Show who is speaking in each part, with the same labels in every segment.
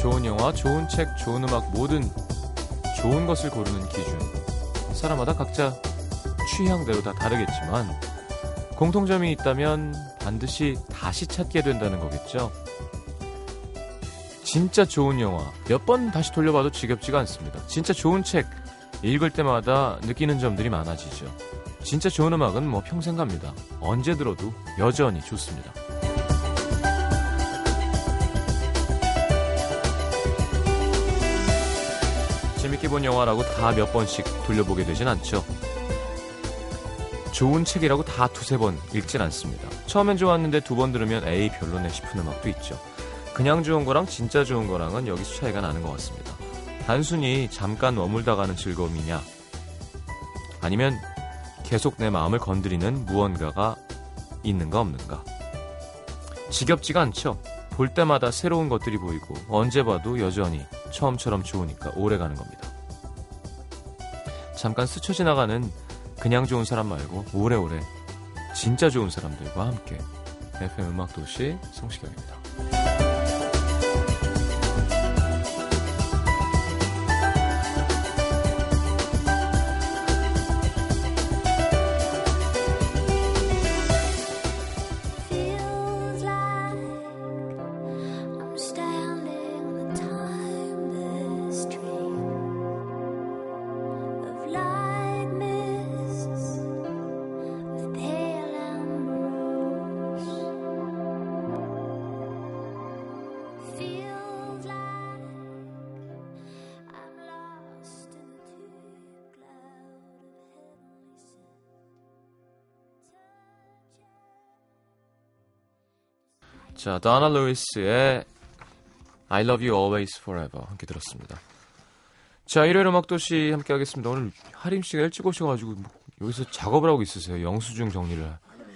Speaker 1: 좋은 영화, 좋은 책, 좋은 음악, 모든 좋은 것을 고르는 기준. 사람마다 각자 취향대로 다 다르겠지만, 공통점이 있다면 반드시 다시 찾게 된다는 거겠죠. 진짜 좋은 영화, 몇 번 다시 돌려봐도 지겹지가 않습니다. 진짜 좋은 책, 읽을 때마다 느끼는 점들이 많아지죠. 진짜 좋은 음악은 뭐 평생 갑니다. 언제 들어도 여전히 좋습니다. 재밌게 본 영화라고 다 몇 번씩 돌려보게 되진 않죠. 좋은 책이라고 다 두세 번 읽진 않습니다. 처음엔 좋았는데 두 번 들으면 에이 별로네 싶은 음악도 있죠. 그냥 좋은 거랑 진짜 좋은 거랑은 여기서 차이가 나는 것 같습니다. 단순히 잠깐 머물다 가는 즐거움이냐 아니면 계속 내 마음을 건드리는 무언가가 있는가 없는가 지겹지가 않죠. 볼 때마다 새로운 것들이 보이고 언제 봐도 여전히 처음처럼 좋으니까 오래 가는 겁니다. 잠깐 스쳐 지나가는 그냥 좋은 사람 말고 오래오래 진짜 좋은 사람들과 함께 FM 음악 도시 성시경입니다.
Speaker 2: Feels like I'm standing on the timeless dream of light mists, of pale ambrose. Feels like I'm lost in the thick cloud of heavenly scent.
Speaker 1: 자, 다나 루이스의 I Love You Always Forever 함께 들었습니다. 자, 일요일 음악도시 함께 하겠습니다. 오늘 하림 씨가 일찍 오셔가지고 뭐 여기서 작업을 하고 있으세요. 영수증 정리를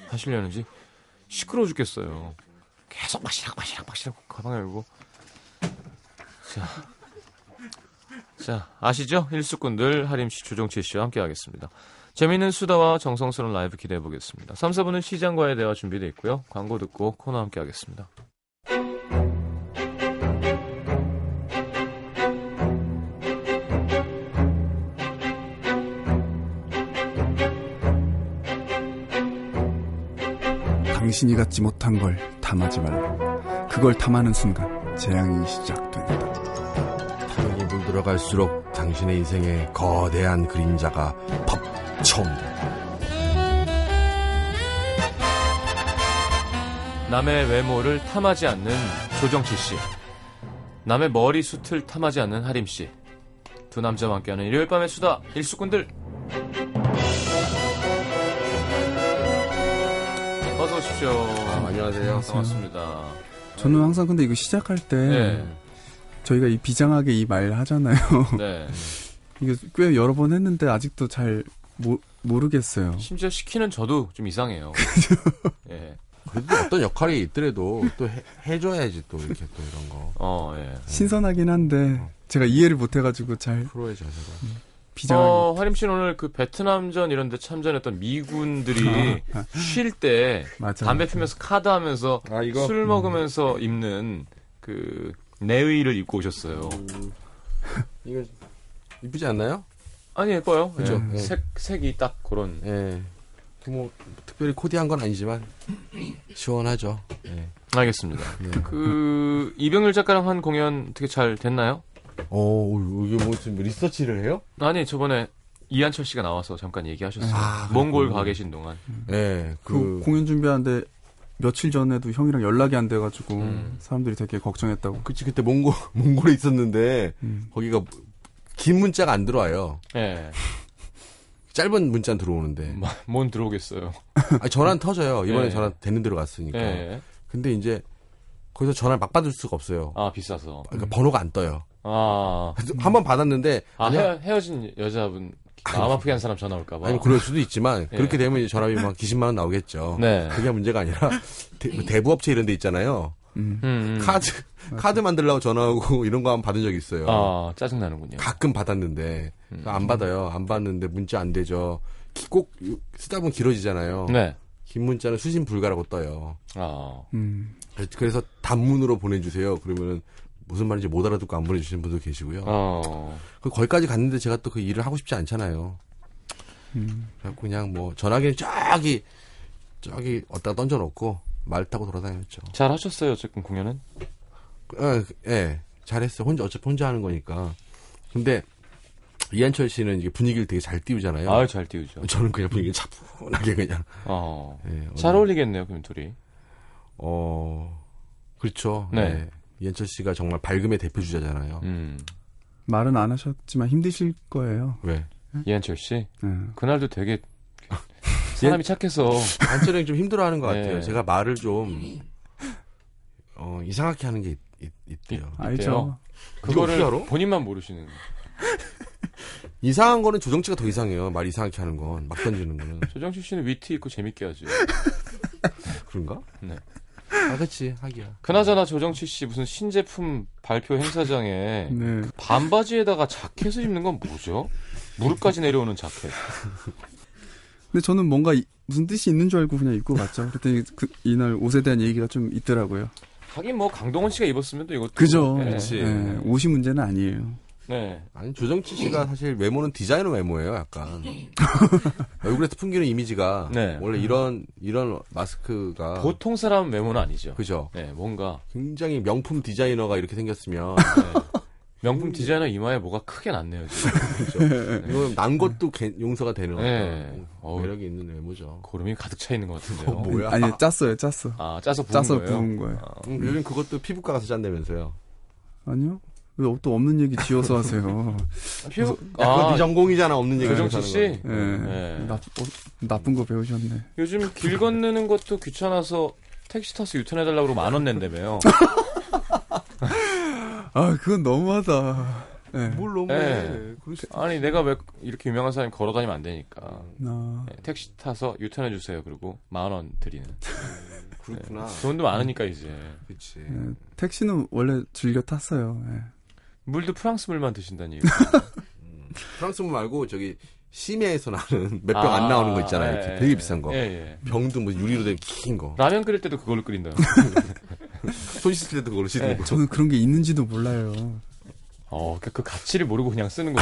Speaker 1: 하시려는지 시끄러워 죽겠어요. 계속 마시락 마시락 마시락 가방 열고 자, 자 아시죠? 일수꾼들 하림 씨, 조정치 씨와 함께 하겠습니다. 재미있는 수다와 정성스러운 라이브 기대해 보겠습니다. 3, 4분은 시장과의 대화 준비되어 있고요. 광고 듣고 코너 함께 하겠습니다.
Speaker 3: 당신이 갖지 못한 걸 담하지 말라. 그걸 담하는 순간 재앙이 시작된다.
Speaker 4: 타격이 물들어갈수록 당신의 인생에 거대한 그림자가 덮쳐온다.
Speaker 1: 남의 외모를 탐하지 않는 조정치 씨. 남의 머리숱을 탐하지 않는 하림 씨. 두 남자와 함께하는 일요일 밤의 수다 일수꾼들. 어서 오십시오.
Speaker 4: 아, 안녕하세요.
Speaker 1: 반갑습니다.
Speaker 3: 저는 항상 근데 이거 시작할 때
Speaker 1: 네.
Speaker 3: 저희가 이 비장하게 이 말 하잖아요.
Speaker 1: 네.
Speaker 3: 이게 꽤 여러 번 했는데 아직도 잘 모, 모르겠어요.
Speaker 1: 심지어 시키는 저도 좀 이상해요. 예.
Speaker 4: 그래도 어떤 역할이 있더라도 또 해, 줘야지또 이렇게 또 이런 거.
Speaker 1: 어, 예.
Speaker 3: 신선하긴 한데 제가 이해를 못 해가지고 잘
Speaker 4: 프로의 자세가.
Speaker 3: 비장하게.
Speaker 1: 어, 화림 씨는 오늘 그 베트남전 이런 데 참전했던 미군들이
Speaker 3: 아, 아,
Speaker 1: 쉴 때
Speaker 3: 맞아.
Speaker 1: 담배 피면서 카드 하면서
Speaker 4: 아,
Speaker 1: 술 먹으면서 입는 그 내의를 입고 오셨어요.
Speaker 4: 이거 이쁘지 않나요?
Speaker 1: 아니 예뻐요.
Speaker 4: 그죠?
Speaker 1: 예.
Speaker 4: 예.
Speaker 1: 색 색이 딱 그런.
Speaker 4: 예. 뭐 특별히 코디한 건 아니지만 시원하죠. 예.
Speaker 1: 알겠습니다.
Speaker 4: 네.
Speaker 1: 그 이병률 작가랑 한 공연 되게 잘 됐나요?
Speaker 4: 어, 이게 뭐 지금 리서치를 해요?
Speaker 1: 아니 저번에 이한철 씨가 나와서 잠깐 얘기하셨어요.
Speaker 4: 아,
Speaker 1: 몽골
Speaker 4: 그렇군요.
Speaker 1: 가 계신 동안.
Speaker 4: 예.
Speaker 3: 그
Speaker 4: 그
Speaker 3: 공연 준비하는데 며칠 전에도 형이랑 연락이 안 돼가지고
Speaker 1: 음.
Speaker 3: 사람들이 되게 걱정했다고.
Speaker 4: 그치 그때 몽골 몽골에 있었는데
Speaker 3: 음.
Speaker 4: 거기가 긴 문자가 안 들어와요.
Speaker 1: 예.
Speaker 4: 짧은 문자는 들어오는데.
Speaker 1: 마- 뭔 들어오겠어요.
Speaker 4: 아, 전화는 터져요. 이번에
Speaker 1: 예.
Speaker 4: 전화 되는 대로 갔으니까.
Speaker 1: 예.
Speaker 4: 근데 이제 거기서 전화를 막 받을 수가 없어요.
Speaker 1: 아 비싸서.
Speaker 4: 그러니까 번호가 안 떠요.
Speaker 1: 아.
Speaker 4: 그래서 한번 받았는데
Speaker 1: 아
Speaker 4: 아니,
Speaker 1: 헤어, 헤어진 여자분 마음 아프게 한 사람 전화 올까봐.
Speaker 4: 아니 그럴 수도 있지만
Speaker 1: 예.
Speaker 4: 그렇게 되면 이제 전화비 막 기십만 원 나오겠죠.
Speaker 1: 네.
Speaker 4: 그게 문제가 아니라 대, 부업체 이런 데 있잖아요.
Speaker 3: 음.
Speaker 1: 음, 음.
Speaker 4: 카드 카드 만들려고 전화하고 이런 거 한번 받은 적이 있어요.
Speaker 1: 아 음. 짜증 나는군요.
Speaker 4: 가끔 받았는데 안 받아요. 안 받는데 문자 안 되죠. 기- 꼭 쓰다 보면 길어지잖아요.
Speaker 1: 네.
Speaker 4: 긴 문자는 수신 불가라고 떠요.
Speaker 1: 아.
Speaker 3: 음.
Speaker 4: 그래서 단문으로 보내주세요. 그러면은 무슨 말인지 못 알아듣고 안 보내주시는 분도 계시고요.
Speaker 1: 어.
Speaker 4: 그 거기까지 갔는데 제가 또 그 일을 하고 싶지 않잖아요.
Speaker 3: 음.
Speaker 4: 그래갖고 그냥 뭐 전화기는 저기 저기 어디다 던져놓고 말 타고 돌아다녔죠.
Speaker 1: 잘 하셨어요, 어쨌든 공연은?
Speaker 4: 예, 예, 잘했어. 혼자 어차피 혼자 하는 거니까. 근데 이한철 씨는 이게 분위기를 되게 잘 띄우잖아요.
Speaker 1: 아유, 잘 띄우죠.
Speaker 4: 저는 그냥 분위기 차분하게 그냥.
Speaker 1: 어.
Speaker 4: 예,
Speaker 1: 잘
Speaker 4: 어느-
Speaker 1: 어울리겠네요, 그럼 둘이.
Speaker 4: 어, 그렇죠.
Speaker 1: 네.
Speaker 4: 예. 이한철 씨가 정말 밝음의 대표 주자잖아요.
Speaker 1: 음.
Speaker 3: 말은 안 하셨지만 힘드실 거예요.
Speaker 4: 왜?
Speaker 1: 이한철 씨.
Speaker 3: 예.
Speaker 1: 그날도 되게 사람이 착해서
Speaker 4: 예? 한철이 형이 좀 힘들어하는 것 같아요.
Speaker 1: 네.
Speaker 4: 제가 말을 좀 어, 이상하게 하는 게 있, 대요
Speaker 1: 아.
Speaker 3: 알죠.
Speaker 1: 그거를
Speaker 4: 어떻게 알아?
Speaker 1: 본인만 모르시는 거예요.
Speaker 4: 이상한 거는 조정치가 더 이상해요. 말 이상하게 하는 건, 막 던지는 거는.
Speaker 1: 조정식 씨는 위트 있고 재밌게 하죠.
Speaker 4: 그런가?
Speaker 1: 네.
Speaker 4: 아, 그치, 하기야.
Speaker 1: 그나저나 조정치 씨 무슨 신제품 발표 행사장에
Speaker 3: 네.
Speaker 1: 반바지에다가 자켓을 입는 건 뭐죠? 무릎까지 내려오는 자켓.
Speaker 3: 근데 저는 뭔가 이- 무슨 뜻이 있는 줄 알고 그냥 입고 갔죠. 그랬더니 그, 이날 옷에 대한 얘기가 좀 있더라고요.
Speaker 1: 하긴 뭐 강동원 씨가 입었으면 또 이것도
Speaker 3: 그죠.
Speaker 1: 네.
Speaker 4: 그렇지.
Speaker 3: 예, 옷이 문제는 아니에요.
Speaker 1: 네.
Speaker 4: 아니, 조정치 씨가 사실 외모는 디자이너 외모예요, 약간. 얼굴에서 풍기는 이미지가.
Speaker 1: 네.
Speaker 4: 원래 이런, 이런 마스크가.
Speaker 1: 보통 사람 외모는 아니죠.
Speaker 4: 아. 그죠.
Speaker 1: 네, 뭔가
Speaker 4: 굉장히 명품 디자이너가 이렇게 생겼으면.
Speaker 1: 명품 디자이너 이마에 뭐가 크게 났네요. 지금.
Speaker 4: 이거 난 것도 개- 용서가 되는
Speaker 1: 네.
Speaker 4: 어떤
Speaker 1: 어우.
Speaker 4: 매력이 있는 외모죠.
Speaker 1: 고름이 가득 차 있는 것 같은데요.
Speaker 4: 어, 뭐야?
Speaker 3: 아니 짰어요, 짰어.
Speaker 1: 아, 짜서 부은
Speaker 3: 짜서
Speaker 1: 거예요.
Speaker 3: 부은 거예요.
Speaker 1: 어.
Speaker 4: 음, 요즘 그것도 피부과 가서 짠다면서요.
Speaker 3: 아니요? 왜 또 없는 얘기 지어서 하세요?
Speaker 1: 피부
Speaker 4: 약간
Speaker 1: 아,
Speaker 4: 네 전공이잖아, 없는 얘기를
Speaker 1: 조정치
Speaker 4: 하는
Speaker 1: 씨.
Speaker 4: 거.
Speaker 3: 예.
Speaker 1: 네.
Speaker 3: 나, 어, 나쁜 거 배우셨네.
Speaker 1: 요즘 길 건너는 것도 귀찮아서 택시 타서 유턴해달라고 그러고 만원 낸다며요.
Speaker 3: 아, 그건 너무하다. 예.
Speaker 4: 뭘 너무
Speaker 1: 네.
Speaker 4: 해. 그럴 수-
Speaker 1: 아니 내가 왜 이렇게 유명한 사람이 걸어다니면 안 되니까.
Speaker 3: 나
Speaker 1: 네, 택시 타서 유턴해 주세요. 그리고 만 원 드리는.
Speaker 4: 그렇구나.
Speaker 1: 돈도 많으니까 이제.
Speaker 4: 그치.
Speaker 3: 예, 택시는 원래 즐겨 탔어요. 예.
Speaker 1: 물도 프랑스 물만 드신다는 얘기.
Speaker 4: 프랑스문 말고 저기 심해에서 나는 몇 병 안 나오는 거 있잖아요. 이렇게 되게 비싼 거.
Speaker 1: 예, 예.
Speaker 4: 병도 뭐 유리로 된 긴 거.
Speaker 1: 라면 끓일 때도 그걸로 끓인다.
Speaker 4: 손 씻을 때도 그걸로 씻는
Speaker 1: 네.
Speaker 4: 거.
Speaker 3: 저는 그런 게 있는지도 몰라요.
Speaker 1: 어, 그, 그 가치를 모르고 그냥 쓰는 거.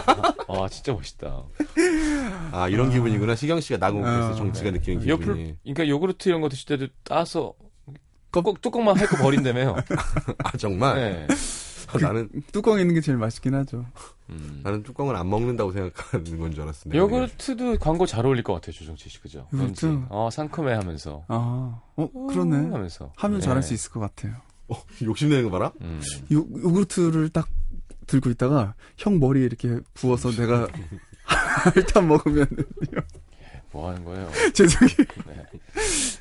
Speaker 1: 아, 진짜 멋있다.
Speaker 4: 아 이런 기분이구나. 시경 씨가 나고 그래서
Speaker 3: 아,
Speaker 4: 정치가 느끼는 기분이.
Speaker 1: 네. 옆을, 그러니까 요구르트 이런 거 드실 때도 따서 뚜껑, 뚜껑만 핥고 버린다며요.
Speaker 4: 아 정말.
Speaker 1: 네.
Speaker 4: 아, 나는
Speaker 3: 뚜껑에 있는 게 제일 맛있긴 하죠.
Speaker 1: 음.
Speaker 4: 나는 뚜껑을 안 먹는다고 생각하는 건 줄 알았어. 내가
Speaker 1: 요구르트도 광고 잘 어울릴 것 같아요, 조정치 씨. 그죠?
Speaker 3: 요구르트.
Speaker 1: 왠지. 어, 상큼해 하면서.
Speaker 3: 아, 어,
Speaker 1: 음,
Speaker 3: 그러네.
Speaker 1: 하면서.
Speaker 3: 하면
Speaker 1: 네.
Speaker 3: 잘할 수 있을 것 같아요.
Speaker 4: 어, 욕심내는 거 봐라.
Speaker 1: 음.
Speaker 3: 요, 요구르트를 딱 들고 있다가 형 머리에 이렇게 부어서 내가 일단 먹으면
Speaker 1: 뭐 하는 거예요?
Speaker 3: 죄송해요.
Speaker 1: 네.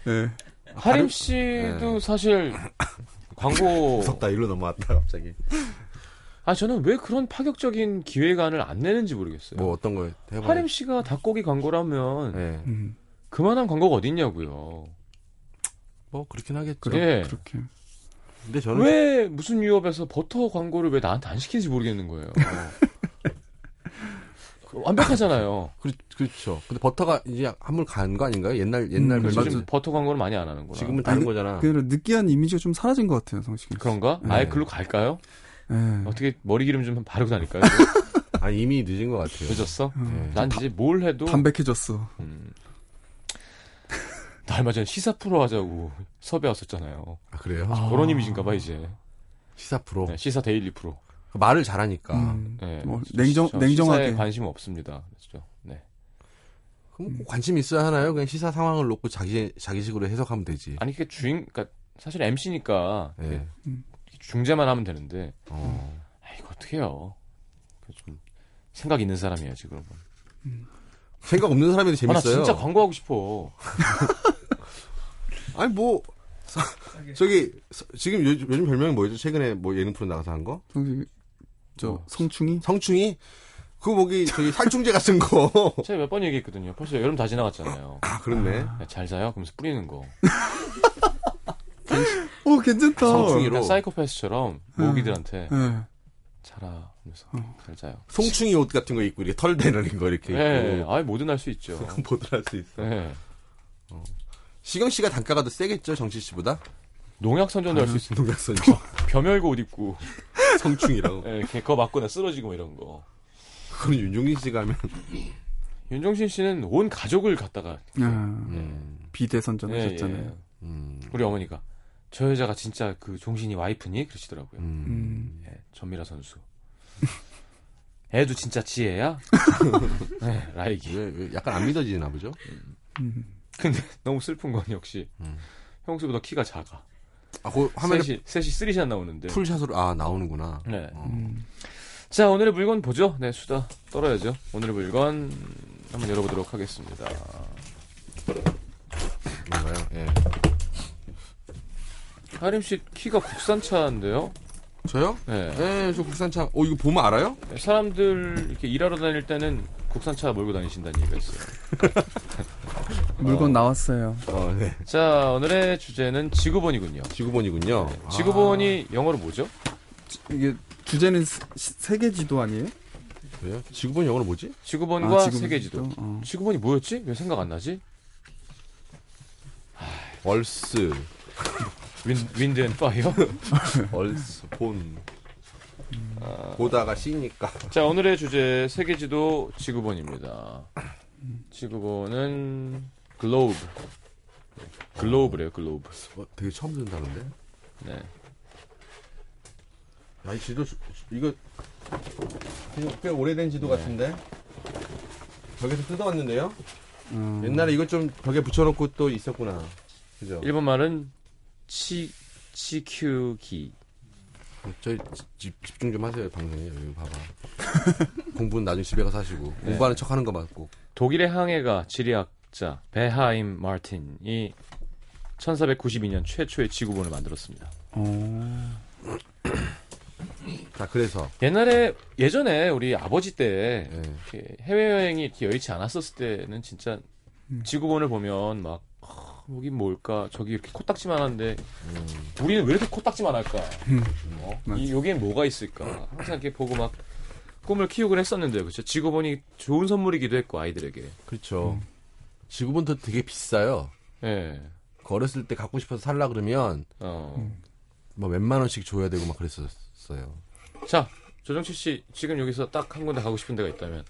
Speaker 3: 예.
Speaker 1: 하림 씨도 사실 광고.
Speaker 4: 네. 무섭다. 일로 넘어왔다 갑자기.
Speaker 1: 아, 저는 왜 그런 파격적인 기획안을 안 내는지 모르겠어요.
Speaker 4: 뭐 어떤 걸 해봐.
Speaker 1: 하림 씨가 닭고기 광고라면
Speaker 4: 예.
Speaker 3: 음,
Speaker 1: 그만한 광고가 어딨냐고요.
Speaker 4: 뭐 그렇긴 하겠죠.
Speaker 3: 그래,
Speaker 1: 예.
Speaker 3: 그렇게.
Speaker 4: 근데 저는
Speaker 1: 왜 무슨 유업에서 버터 광고를 왜 나한테 안 시키는지 모르겠는 거예요. 그 완벽하잖아요.
Speaker 4: 그, 그렇죠. 근데 버터가 이제 한물 간 거 아닌가요? 옛날 옛날
Speaker 3: 음,
Speaker 4: 별
Speaker 3: 맞아.
Speaker 1: 요즘 버터 광고를 많이 안 하는구나.
Speaker 4: 지금은 다른
Speaker 3: 아니,
Speaker 4: 거잖아.
Speaker 3: 그래서 느끼한 이미지가 좀 사라진 것 같아요, 성식이.
Speaker 1: 그런가? 아예
Speaker 4: 네.
Speaker 1: 글로 갈까요?
Speaker 3: 예.
Speaker 1: 어떻게 머리 기름 좀 바르고 다닐까요?
Speaker 4: 아 이미 늦은 것
Speaker 3: 네.
Speaker 4: 같아요.
Speaker 1: 늦었어? 음.
Speaker 4: 예.
Speaker 1: 난 이제 뭘 해도
Speaker 3: 담백해졌어.
Speaker 1: 음. 나 얼마 전에 시사 프로 하자고 섭외 왔었잖아요.
Speaker 4: 아 그래요?
Speaker 1: 그런 이미지인가 봐 이제.
Speaker 4: 시사 프로 그
Speaker 1: 네, 시사 데일리 프로.
Speaker 4: 말을 잘하니까.
Speaker 3: 음,
Speaker 1: 네.
Speaker 3: 어. 뭐, 냉정-
Speaker 1: 저
Speaker 3: 냉정하게.
Speaker 1: 시사에 관심 없습니다. 그렇죠. 네.
Speaker 4: 그럼 꼭 관심 있어야 하나요? 그냥 시사 상황을 놓고 자기 자기식으로 해석하면 되지.
Speaker 1: 아니 그게 주인 그러니까 사실 MC니까
Speaker 4: 예.
Speaker 1: 중재만 하면 되는데
Speaker 4: 어.
Speaker 1: 아, 이거 어떻게 해요? 좀 생각 있는 사람이야지 그런 건.
Speaker 4: 생각 없는 사람이도
Speaker 1: 아, 나
Speaker 4: 재밌어요.
Speaker 1: 진짜 광고하고 싶어.
Speaker 4: 아니 뭐 사- 저기 서- 지금 요, 요즘 별명이 뭐였죠? 최근에 뭐 예능 프로 나가서 한 거?
Speaker 3: 성식이. 저,
Speaker 4: 뭐.
Speaker 3: 성충이?
Speaker 4: 성충이 그 뭐기 저기 살충제 같은 거.
Speaker 1: 제가 몇 번 얘기했거든요. 벌써 여름 다 지나갔잖아요.
Speaker 4: 아 그렇네.
Speaker 1: 야, 잘 자요? 그러면서 뿌리는 거.
Speaker 4: 어,
Speaker 3: 오, 괜찮다.
Speaker 4: 성충이로.
Speaker 1: 그러니까 사이코패스처럼
Speaker 4: 음.
Speaker 1: 모기들한테
Speaker 3: 예.
Speaker 1: 자라 하면서 잘 자요.
Speaker 4: 송충이 옷 같은 거 입고 이렇게 털 대는 거 이렇게 그
Speaker 1: 예,
Speaker 4: 입고
Speaker 1: 아예 뭐든 할 수 있죠.
Speaker 4: 보드할 수 있어.
Speaker 1: 예.
Speaker 4: 시경 씨가 단가가 더 세겠죠 정치 씨보다?
Speaker 1: 농약 선전도
Speaker 4: 음.
Speaker 1: 할 수 있어요.
Speaker 4: 농약선
Speaker 1: 벼멸고 옷 입고.
Speaker 4: 성충이라고.
Speaker 1: 예, 그거 맞거나 쓰러지고 뭐 이런 거.
Speaker 4: 그건 윤종신 씨가 하면
Speaker 1: 윤종신 씨는 온 가족을 갖다가
Speaker 4: 네,
Speaker 3: 아,
Speaker 4: 음,
Speaker 3: 비대선전
Speaker 1: 예,
Speaker 3: 하셨잖아요.
Speaker 1: 예.
Speaker 4: 음,
Speaker 1: 우리 어머니가 저 여자가 진짜 그 종신이 와이프니 그러시더라고요.
Speaker 3: 음.
Speaker 1: 예, 전미라 선수. 애도 진짜 지혜야? 예, 라이기.
Speaker 4: 왜, 왜 약간 안 믿어지나 보죠?
Speaker 3: 음.
Speaker 1: 근데 너무 슬픈 건 역시
Speaker 4: 음.
Speaker 1: 형수보다 키가 작아.
Speaker 4: 아, 그 화면에
Speaker 1: 셋이, 셋이 쓰리샷 나오는데.
Speaker 4: 풀샷으로 아 나오는구나.
Speaker 1: 네.
Speaker 4: 어.
Speaker 3: 음.
Speaker 1: 자, 오늘의 물건 보죠. 네, 수다 떨어야죠. 오늘의 물건 한번 열어보도록 하겠습니다.
Speaker 4: 뭔가요? 예.
Speaker 1: 하림 씨 키가 국산차인데요.
Speaker 4: 저요?
Speaker 1: 네.
Speaker 4: 예, 저 국산차. 어 이거 보면 알아요?
Speaker 1: 사람들 이렇게 일하러 다닐 때는 국산차 몰고 다니신다는 얘기가 있어요.
Speaker 3: 물건 나왔어요.
Speaker 4: 어, 네.
Speaker 1: 자, 오늘의 주제는 지구본이군요.
Speaker 4: 네. 지구본이군요.
Speaker 1: 아.
Speaker 4: 아,
Speaker 1: 지구본이 영어로 뭐죠?
Speaker 3: 이게 주제는 스- 시- 세계지도 아니에요?
Speaker 4: 아, 왜요? 지구본 영어로 뭐지?
Speaker 1: 아, 지구본과
Speaker 3: 지금
Speaker 1: 세계지도.
Speaker 3: 어.
Speaker 1: 지구본이 뭐였지? 왜 생각 안 나지?
Speaker 4: 얼스,
Speaker 1: 윈, 윈드 앤 파이어?
Speaker 4: 얼스 본. 음. 보다가 씨니까.
Speaker 1: 자, 오늘의 주제 세계지도 지구본입니다. 지구본은 글로브. 글로브래요, 글로브.
Speaker 4: 어, 되게 처음 듣는다는데.
Speaker 1: 네.
Speaker 4: 야, 이 지도 주- 이거 이거 꽤 오래된 지도 같은데. 벽에서 뜯어왔는데요.
Speaker 3: 음.
Speaker 1: 네.
Speaker 4: 옛날에 이거 좀 벽에 붙여놓고 또 있었구나. 그죠?
Speaker 1: 일본 말은 치, 치큐기.
Speaker 4: 음, 저희 집, 집중 좀 하세요 방송에 여기 봐봐. 공부는 나중에 집에 가서 하시고 공부하는 척하는 거 맞고.
Speaker 1: 독일의 항해가 지리학자 베하임 마틴이 1492년 최초의 지구본을 만들었습니다.
Speaker 3: 어.
Speaker 4: 자 그래서
Speaker 1: 옛날에 예전에 우리 아버지 때
Speaker 4: 예.
Speaker 1: 이렇게 해외여행이 이렇게 여의치 않았었을 때는 진짜 지구본을 보면 막 어, 여기 뭘까 저기 이렇게 코딱지만 한데 우리는 왜 이렇게 코딱지만 할까 어? 이, 여기엔 뭐가 있을까 항상 이렇게 보고 막 꿈을 키우곤 했었는데요 그렇죠 지구본이 좋은 선물이기도 했고 아이들에게
Speaker 4: 그렇죠. 지구본도 되게 비싸요.
Speaker 1: 예
Speaker 4: 그 어렸을 때 갖고 싶어서 살라 그러면
Speaker 1: 어.
Speaker 4: 뭐 몇만 원씩 줘야 되고 막 그랬었어요.
Speaker 1: 자 조정치 씨 지금 여기서 딱 한 군데 가고 싶은 데가 있다면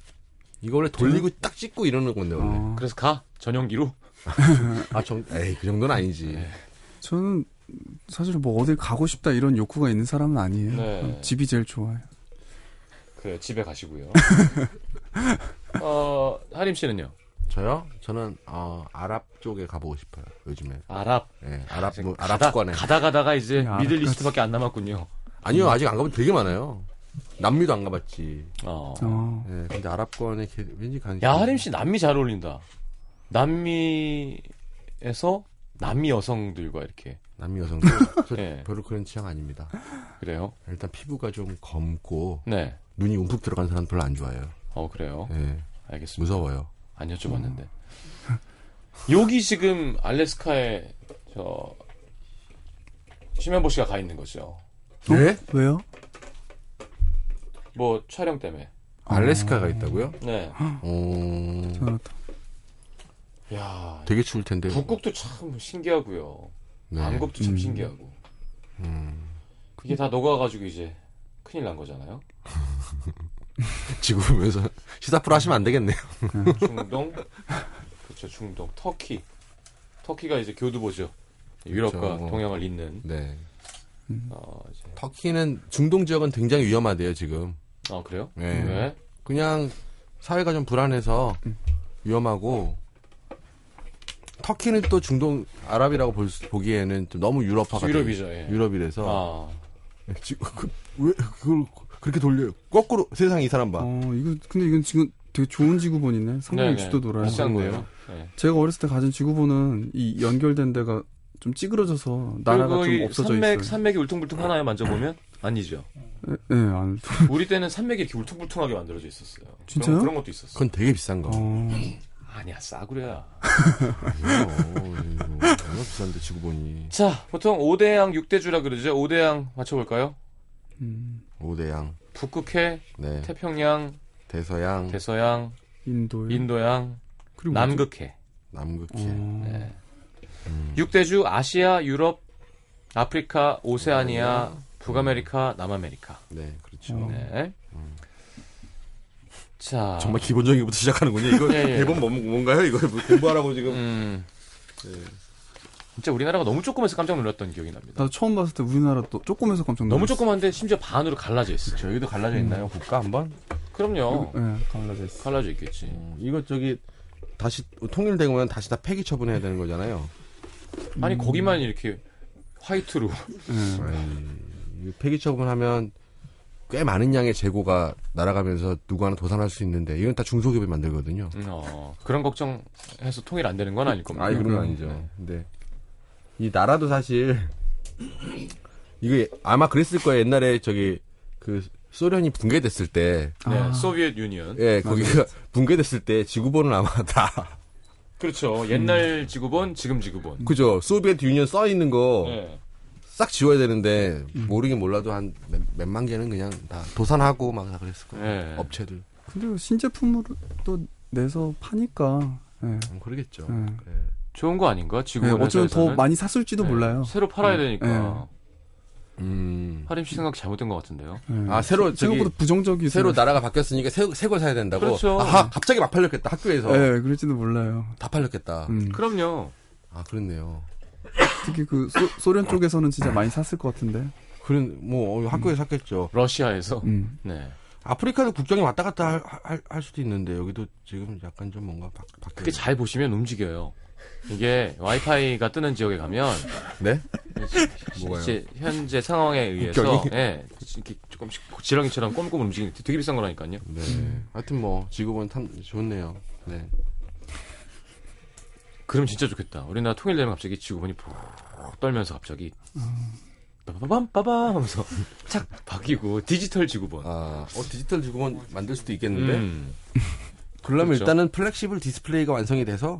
Speaker 4: 이거 원래 돌리고 딱 찍고 이러는 건데 원래.
Speaker 3: 어.
Speaker 1: 그래서 가 전용기로
Speaker 4: 아 정, 에이 그 정도는 아니지.
Speaker 3: 저는 사실 뭐 어딜 가고 싶다 이런 욕구가 있는 사람은 아니에요. 어,
Speaker 1: 네.
Speaker 3: 집이 제일 좋아요.
Speaker 1: 그래요 집에 가시고요 어 하림 씨는요
Speaker 4: 저요? 저는 어, 아랍 쪽에 가보고 싶어요. 요즘에.
Speaker 1: 아랍
Speaker 4: 예, 아랍
Speaker 1: 이제
Speaker 4: 뭐,
Speaker 1: 가다,
Speaker 4: 아랍권에.
Speaker 1: 가다 가다가 이제
Speaker 3: 네,
Speaker 1: 미들리스트밖에 안 남았군요.
Speaker 4: 아니요 아직 안 가본 되게 많아요. 남미도 안 가봤지.
Speaker 1: 어.
Speaker 3: 어.
Speaker 4: 예, 근데 아랍권에 게- 왠지 가는.
Speaker 1: 야 하림 씨 남미 잘 어울린다. 남미에서 남미 여성들과 이렇게
Speaker 4: 남미 여성들. 저
Speaker 1: 예.
Speaker 4: 별로 그런 취향 아닙니다.
Speaker 1: 그래요.
Speaker 4: 일단 피부가 좀 검고
Speaker 1: 네.
Speaker 4: 눈이 움푹 들어간 사람 별로 안 좋아해요.
Speaker 1: 어 그래요.
Speaker 4: 예,
Speaker 1: 알겠습니다.
Speaker 4: 무서워요.
Speaker 1: 안 여쭤봤는데. 여기 지금 알래스카에 저 심현보 씨가 가 있는 거죠.
Speaker 4: 네?
Speaker 3: 왜요?
Speaker 1: 뭐 촬영 때문에.
Speaker 4: 알래스카가 있다고요?
Speaker 1: 네.
Speaker 4: 어,
Speaker 3: 전화다.
Speaker 1: 야
Speaker 4: 되게 추울 텐데.
Speaker 1: 북극도 참 신기하고요.
Speaker 4: 네.
Speaker 1: 남극도 참
Speaker 3: 음.
Speaker 1: 신기하고.
Speaker 4: 음,
Speaker 1: 그게 다 녹아가지고 이제 큰일 난 거잖아요.
Speaker 4: 지구 보면서 시사프로 하시면 안 되겠네요.
Speaker 1: 중동, 그렇죠 중동, 터키. 터키가 이제 교두보죠. 유럽과
Speaker 4: 그렇죠.
Speaker 1: 동양을 잇는.
Speaker 4: 네.
Speaker 1: 어, 이제.
Speaker 4: 터키는 중동 지역은 굉장히 위험하대요 지금.
Speaker 1: 아 그래요?
Speaker 4: 네.
Speaker 1: 네.
Speaker 4: 그냥 사회가 좀 불안해서 위험하고 터키는 또 중동 아랍이라고 볼 수- 보기에는 좀 너무 유럽화가
Speaker 1: 유럽이죠,
Speaker 4: 돼 있-
Speaker 1: 예.
Speaker 4: 유럽이라서
Speaker 1: 아,
Speaker 4: 지금 그, 왜 그걸 그렇게 돌려요? 거꾸로 세상 이 사람 봐.
Speaker 3: 어, 이거 근데 이건 지금 되게 좋은 지구본이네.
Speaker 1: 네,
Speaker 3: 상당히
Speaker 1: 네.
Speaker 3: 주도 돌아요.
Speaker 1: 비싼데요. 네.
Speaker 3: 제가 어렸을 때 가진 지구본은 이 연결된 데가 좀 찌그러져서 나라가
Speaker 1: 그리고
Speaker 3: 좀
Speaker 1: 이
Speaker 3: 없어져
Speaker 1: 산맥,
Speaker 3: 있어요.
Speaker 1: 산맥이 울퉁불퉁 하나요? 만져보면? 아니죠.
Speaker 3: 예, 예, 안,
Speaker 1: 우리 때는 산맥이 이렇게 울퉁불퉁하게 만들어져 있었어요. 그런-
Speaker 3: 진짜요?
Speaker 1: 그런 것도 있었어.
Speaker 4: 그건 되게 비싼 거.
Speaker 3: 어,
Speaker 1: 아니야, 싸구려야.
Speaker 4: 아니요. 어, 이거 얼마 비싼데 지구본이
Speaker 1: 자, 보통 5대양 6대주라 그러죠. 5대양 맞춰볼까요?
Speaker 3: 음,
Speaker 4: 오대양,
Speaker 1: 북극해,
Speaker 4: 네 음.
Speaker 1: 태평양,
Speaker 4: 대서양,
Speaker 1: 대서양,
Speaker 3: 인도요.
Speaker 1: 인도양,
Speaker 3: 그리고
Speaker 1: 남극해. 네.
Speaker 4: 남극해.
Speaker 3: 뭐지? 어,
Speaker 1: 육대주 아시아, 유럽, 아프리카, 오세아니아,
Speaker 3: 음.
Speaker 1: 북아메리카, 남아메리카.
Speaker 4: 네, 그렇죠.
Speaker 1: 네.
Speaker 4: 아.
Speaker 1: 자.
Speaker 5: 정말 기본적인 것부터 시작하는군요. 이거
Speaker 1: 예, 예.
Speaker 5: 대본 뭔- 뭔가요? 이거 뭐 공부하라고 지금.
Speaker 1: 음. 진짜 우리나라가 너무 조그매서 깜짝 놀랐던 기억이 납니다.
Speaker 3: 나도 처음 봤을 때 우리나라 또 조금해서 깜짝 놀랐어.
Speaker 1: 너무 조그만데 심지어 반으로 갈라져 있어.
Speaker 4: 저 여기도 갈라져 있나요? 국가 한번?
Speaker 1: 그럼요.
Speaker 3: 예, 갈라져 있어.
Speaker 1: 갈라져 있겠지.
Speaker 3: 음.
Speaker 4: 이거 저기 다시 통일되면 다시 다 폐기 처분해야 되는 거잖아요.
Speaker 1: 아니 거기만 이렇게 화이트로.
Speaker 3: 예.
Speaker 4: 이 폐기 처분하면 꽤 많은 양의 재고가 날아가면서 누구 하나 도산할 수 있는데 이건 다 중소기업이 만들거든요.
Speaker 1: 음, 어, 그런 걱정해서 통일 안 되는 건 아닐 겁니다.
Speaker 4: 아이 그런 건 아니죠. 근데 네. 이 나라도 사실 이게 아마 그랬을 거예요. 옛날에 저기 그 소련이 붕괴됐을 때,
Speaker 1: 네, 소비에트 유니언.
Speaker 4: 예, 거기가 붕괴됐을 때 지구본은 아마 다
Speaker 1: 그렇죠. 옛날 지구본, 지금 지구본.
Speaker 4: 그죠. 소비에트 유니언 써 있는 거 싹
Speaker 1: 네.
Speaker 4: 지워야 되는데 모르긴 몰라도 한 몇, 몇만 개는 그냥 다 도산하고 막 다 그랬을 거예요.
Speaker 1: 네.
Speaker 4: 업체들.
Speaker 3: 근데 신제품을 또 내서 파니까. 예.
Speaker 4: 음, 그러겠죠.
Speaker 3: 음.
Speaker 4: 예.
Speaker 1: 좋은 거 아닌가?
Speaker 3: 예,
Speaker 1: 지구본
Speaker 3: 어쩌면
Speaker 1: 회사에서는?
Speaker 3: 더 많이 샀을지도
Speaker 1: 네.
Speaker 3: 몰라요. 네.
Speaker 1: 새로 팔아야 되니까.
Speaker 4: 음.
Speaker 1: 하림 씨 생각 잘못된 것 같은데요.
Speaker 3: 예.
Speaker 4: 아 새로 저기
Speaker 3: 생각보다 부정적이세요.
Speaker 4: 새로 나라가 바뀌었으니까 새새걸 사야 된다고.
Speaker 1: 그렇죠.
Speaker 4: 아 갑자기 막 팔렸겠다 학교에서
Speaker 3: 예, 그럴지도 몰라요.
Speaker 4: 다 팔렸겠다.
Speaker 3: 음.
Speaker 1: 그럼요.
Speaker 4: 아 그렇네요.
Speaker 3: 특히 그 소, 련 쪽에서는 진짜 많이 샀을 것 같은데.
Speaker 4: 그런 뭐 어, 학교에서 샀겠죠.
Speaker 1: 러시아에서.
Speaker 3: 음.
Speaker 1: 네.
Speaker 4: 아프리카도 국경이 왔다 갔다 할, 할, 할 수도 있는데 여기도 지금 약간 좀 뭔가 바, 바뀌.
Speaker 1: 그게 잘 보시면 움직여요. 이게 와이파이가 뜨는 지역에 가면
Speaker 4: 네?
Speaker 1: 이제 현재 상황에 의해서 예, 이렇게 조금씩 지렁이처럼 꼼꼼 움직이는 게 되게 비싼 거라니까요.
Speaker 4: 네. 하여튼 뭐 지구본 참 좋네요. 네.
Speaker 1: 그럼 진짜 좋겠다. 우리나라 통일되면 갑자기 지구본이 푹 떨면서 갑자기
Speaker 3: 음.
Speaker 1: 빠밤 빠밤 하면서 착 바뀌고 디지털 지구본.
Speaker 4: 아, 어 디지털 지구본 만들 수도 있겠는데.
Speaker 1: 음.
Speaker 4: 그러면
Speaker 1: 그렇죠.
Speaker 4: 일단은 플렉시블 디스플레이가 완성이 돼서.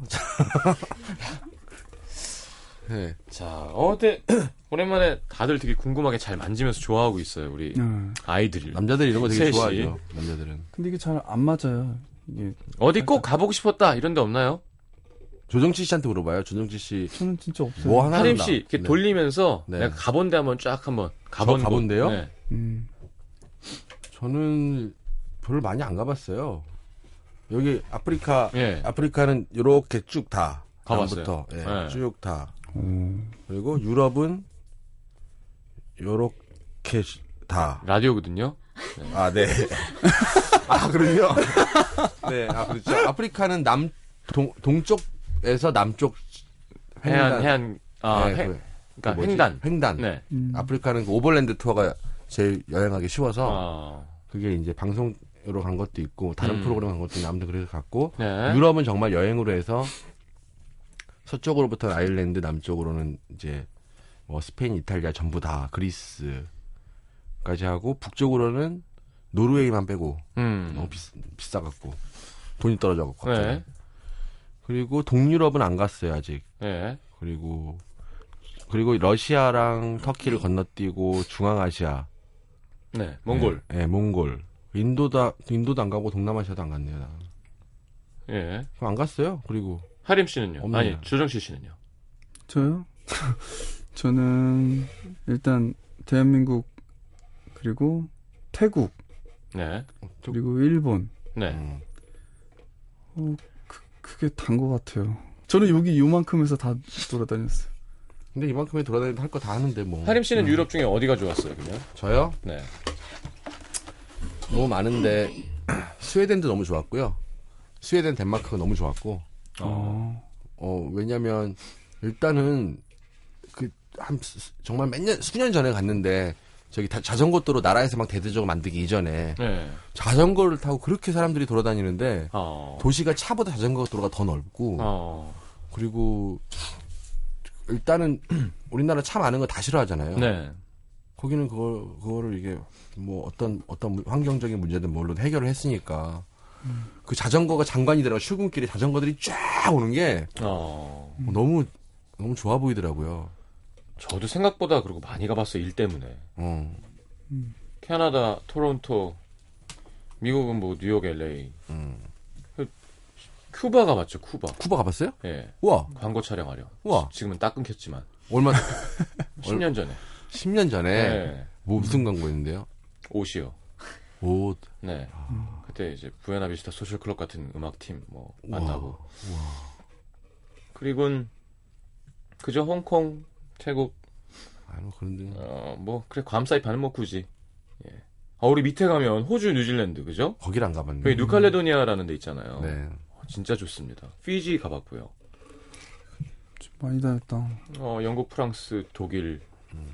Speaker 4: 네.
Speaker 1: 자, 어, 근데 오랜만에 다들 되게 궁금하게 잘 만지면서 좋아하고 있어요. 우리
Speaker 3: 예.
Speaker 1: 아이들이.
Speaker 4: 음. 남자들 이런 거 되게
Speaker 1: 셋이.
Speaker 4: 좋아하죠. 남자들은
Speaker 3: 근데 이게 잘 안 맞아요. 이게
Speaker 1: 어디 꼭
Speaker 4: 아,
Speaker 1: 가보고 싶었다 이런 데 없나요?
Speaker 4: 조정치 씨한테 물어봐요. 조정치 씨 뭐
Speaker 3: 저는 진짜 없어요.
Speaker 4: 하나
Speaker 1: 하림 씨 이렇게 돌리면서
Speaker 4: 네.
Speaker 1: 내가 가본 데 한번 쫙 한번 가본
Speaker 4: 저
Speaker 1: 곳.
Speaker 4: 가본 데요?
Speaker 1: 네.
Speaker 3: 음.
Speaker 4: 저는 별로 많이 안 가봤어요. 여기 아프리카
Speaker 1: 예.
Speaker 4: 아프리카는 이렇게 쭉 다.
Speaker 1: 가봤어요.
Speaker 4: 남부터, 예,
Speaker 1: 네.
Speaker 4: 쭉 다.
Speaker 3: 오.
Speaker 4: 그리고 유럽은 요렇게 시- 다.
Speaker 1: 라디오거든요.
Speaker 4: 아, 네. 아, 그럼요. 네, 아, 그렇죠. 아프리카는 남, 동, 동쪽에서 남쪽
Speaker 1: 해안 해안 아,
Speaker 4: 네,
Speaker 1: 해,
Speaker 4: 그- 그
Speaker 1: 그러니까
Speaker 4: 뭐지?
Speaker 1: 횡단.
Speaker 4: 횡단.
Speaker 1: 네.
Speaker 3: 음.
Speaker 4: 아프리카는 그 오버랜드 투어가 제일 여행하기 쉬워서
Speaker 1: 어.
Speaker 4: 그게 이제 방송으로 간 것도 있고 다른
Speaker 1: 음.
Speaker 4: 프로그램 간 것도 있는데 아무튼 그래서 갔고
Speaker 1: 네.
Speaker 4: 유럽은 정말 여행으로 해서 서쪽으로부터 아일랜드, 남쪽으로는 이제 뭐 스페인, 이탈리아 전부 다 그리스까지 하고 북쪽으로는 노르웨이만 빼고
Speaker 1: 음.
Speaker 4: 너무 비싸, 비싸갖고 돈이 떨어져갖고 갑자기.
Speaker 1: 네.
Speaker 4: 그리고 동유럽은 안 갔어요 아직.
Speaker 1: 네.
Speaker 4: 그리고 그리고 러시아랑 터키를 건너뛰고 중앙아시아,
Speaker 1: 네. 몽골.
Speaker 4: 예, 예, 몽골, 인도다 인도도 안 가고 동남아시아도 안 갔네요. 나.
Speaker 1: 예.
Speaker 4: 그럼 안 갔어요. 그리고
Speaker 1: 하림 씨는요?
Speaker 4: 네. 없네요.
Speaker 1: 아니, 조정실 씨는요?
Speaker 3: 저요? 저는 일단 대한민국 그리고 태국
Speaker 1: 네.
Speaker 3: 그리고 일본
Speaker 1: 네.
Speaker 4: 음,
Speaker 3: 그게 단 것 같아요. 저는 여기 요만큼에서 다 돌아다녔어요.
Speaker 4: 근데 이만큼에 돌아다니도 할 거 다 하는데 뭐.
Speaker 1: 하림 씨는 유럽 중에 어디가 좋았어요, 그냥?
Speaker 4: 저요?
Speaker 1: 네.
Speaker 4: 너무 많은데 스웨덴도 너무 좋았고요. 스웨덴 덴마크가 너무 좋았고
Speaker 3: 어.
Speaker 4: 어 왜냐면 일단은 그 한 정말 몇 년 수년 전에 갔는데 저기 다 자전거 도로 나라에서 막 대대적으로 만들기 이전에
Speaker 1: 네.
Speaker 4: 자전거를 타고 그렇게 사람들이 돌아다니는데
Speaker 1: 어.
Speaker 4: 도시가 차보다 자전거 도로가 더 넓고
Speaker 1: 어.
Speaker 4: 그리고 일단은 우리나라 차 많은 거 다 싫어하잖아요.
Speaker 1: 네.
Speaker 4: 거기는 그걸 그거를 이게 뭐 어떤 어떤 환경적인 문제든 물론 해결을 했으니까 그 자전거가 장관이 들어가 출근길에 자전거들이 쫙 오는 게
Speaker 1: 어.
Speaker 4: 너무 너무 좋아 보이더라고요.
Speaker 1: 저도 생각보다 그러고 많이 가봤어요, 일 때문에.
Speaker 4: 어,
Speaker 1: 캐나다, 토론토, 미국은 뭐 뉴욕, LA,
Speaker 4: 음.
Speaker 1: 그 쿠바 가봤죠, 쿠바.
Speaker 4: 쿠바 가봤어요?
Speaker 1: 예,
Speaker 4: 우와,
Speaker 1: 광고 촬영하려.
Speaker 4: 우와.
Speaker 1: 지- 지금은 딱 끊겼지만
Speaker 4: 얼마
Speaker 1: 10년 전에.
Speaker 4: 10년 전에
Speaker 1: 네.
Speaker 4: 뭐 무슨 광고였는데요?
Speaker 1: 옷이요.
Speaker 4: 옷
Speaker 1: 네.
Speaker 4: 아.
Speaker 1: 그때 이제 부에나비스타 소셜클럽 같은 음악팀 뭐 만나고. 그리고는 그저 홍콩, 태국,
Speaker 4: 아유 그런 데
Speaker 1: 어, 뭐 그래 괌 사이판은 뭐 굳이. 예. 아 우리 밑에 가면 호주, 뉴질랜드 그죠?
Speaker 4: 거길 안 가봤네.
Speaker 1: 여기 뉴칼레도니아라는 데 있잖아요.
Speaker 4: 음. 네.
Speaker 1: 진짜 좋습니다. 피지 가봤고요.
Speaker 3: 많이 다녔다.
Speaker 1: 어, 영국, 프랑스, 독일. 음.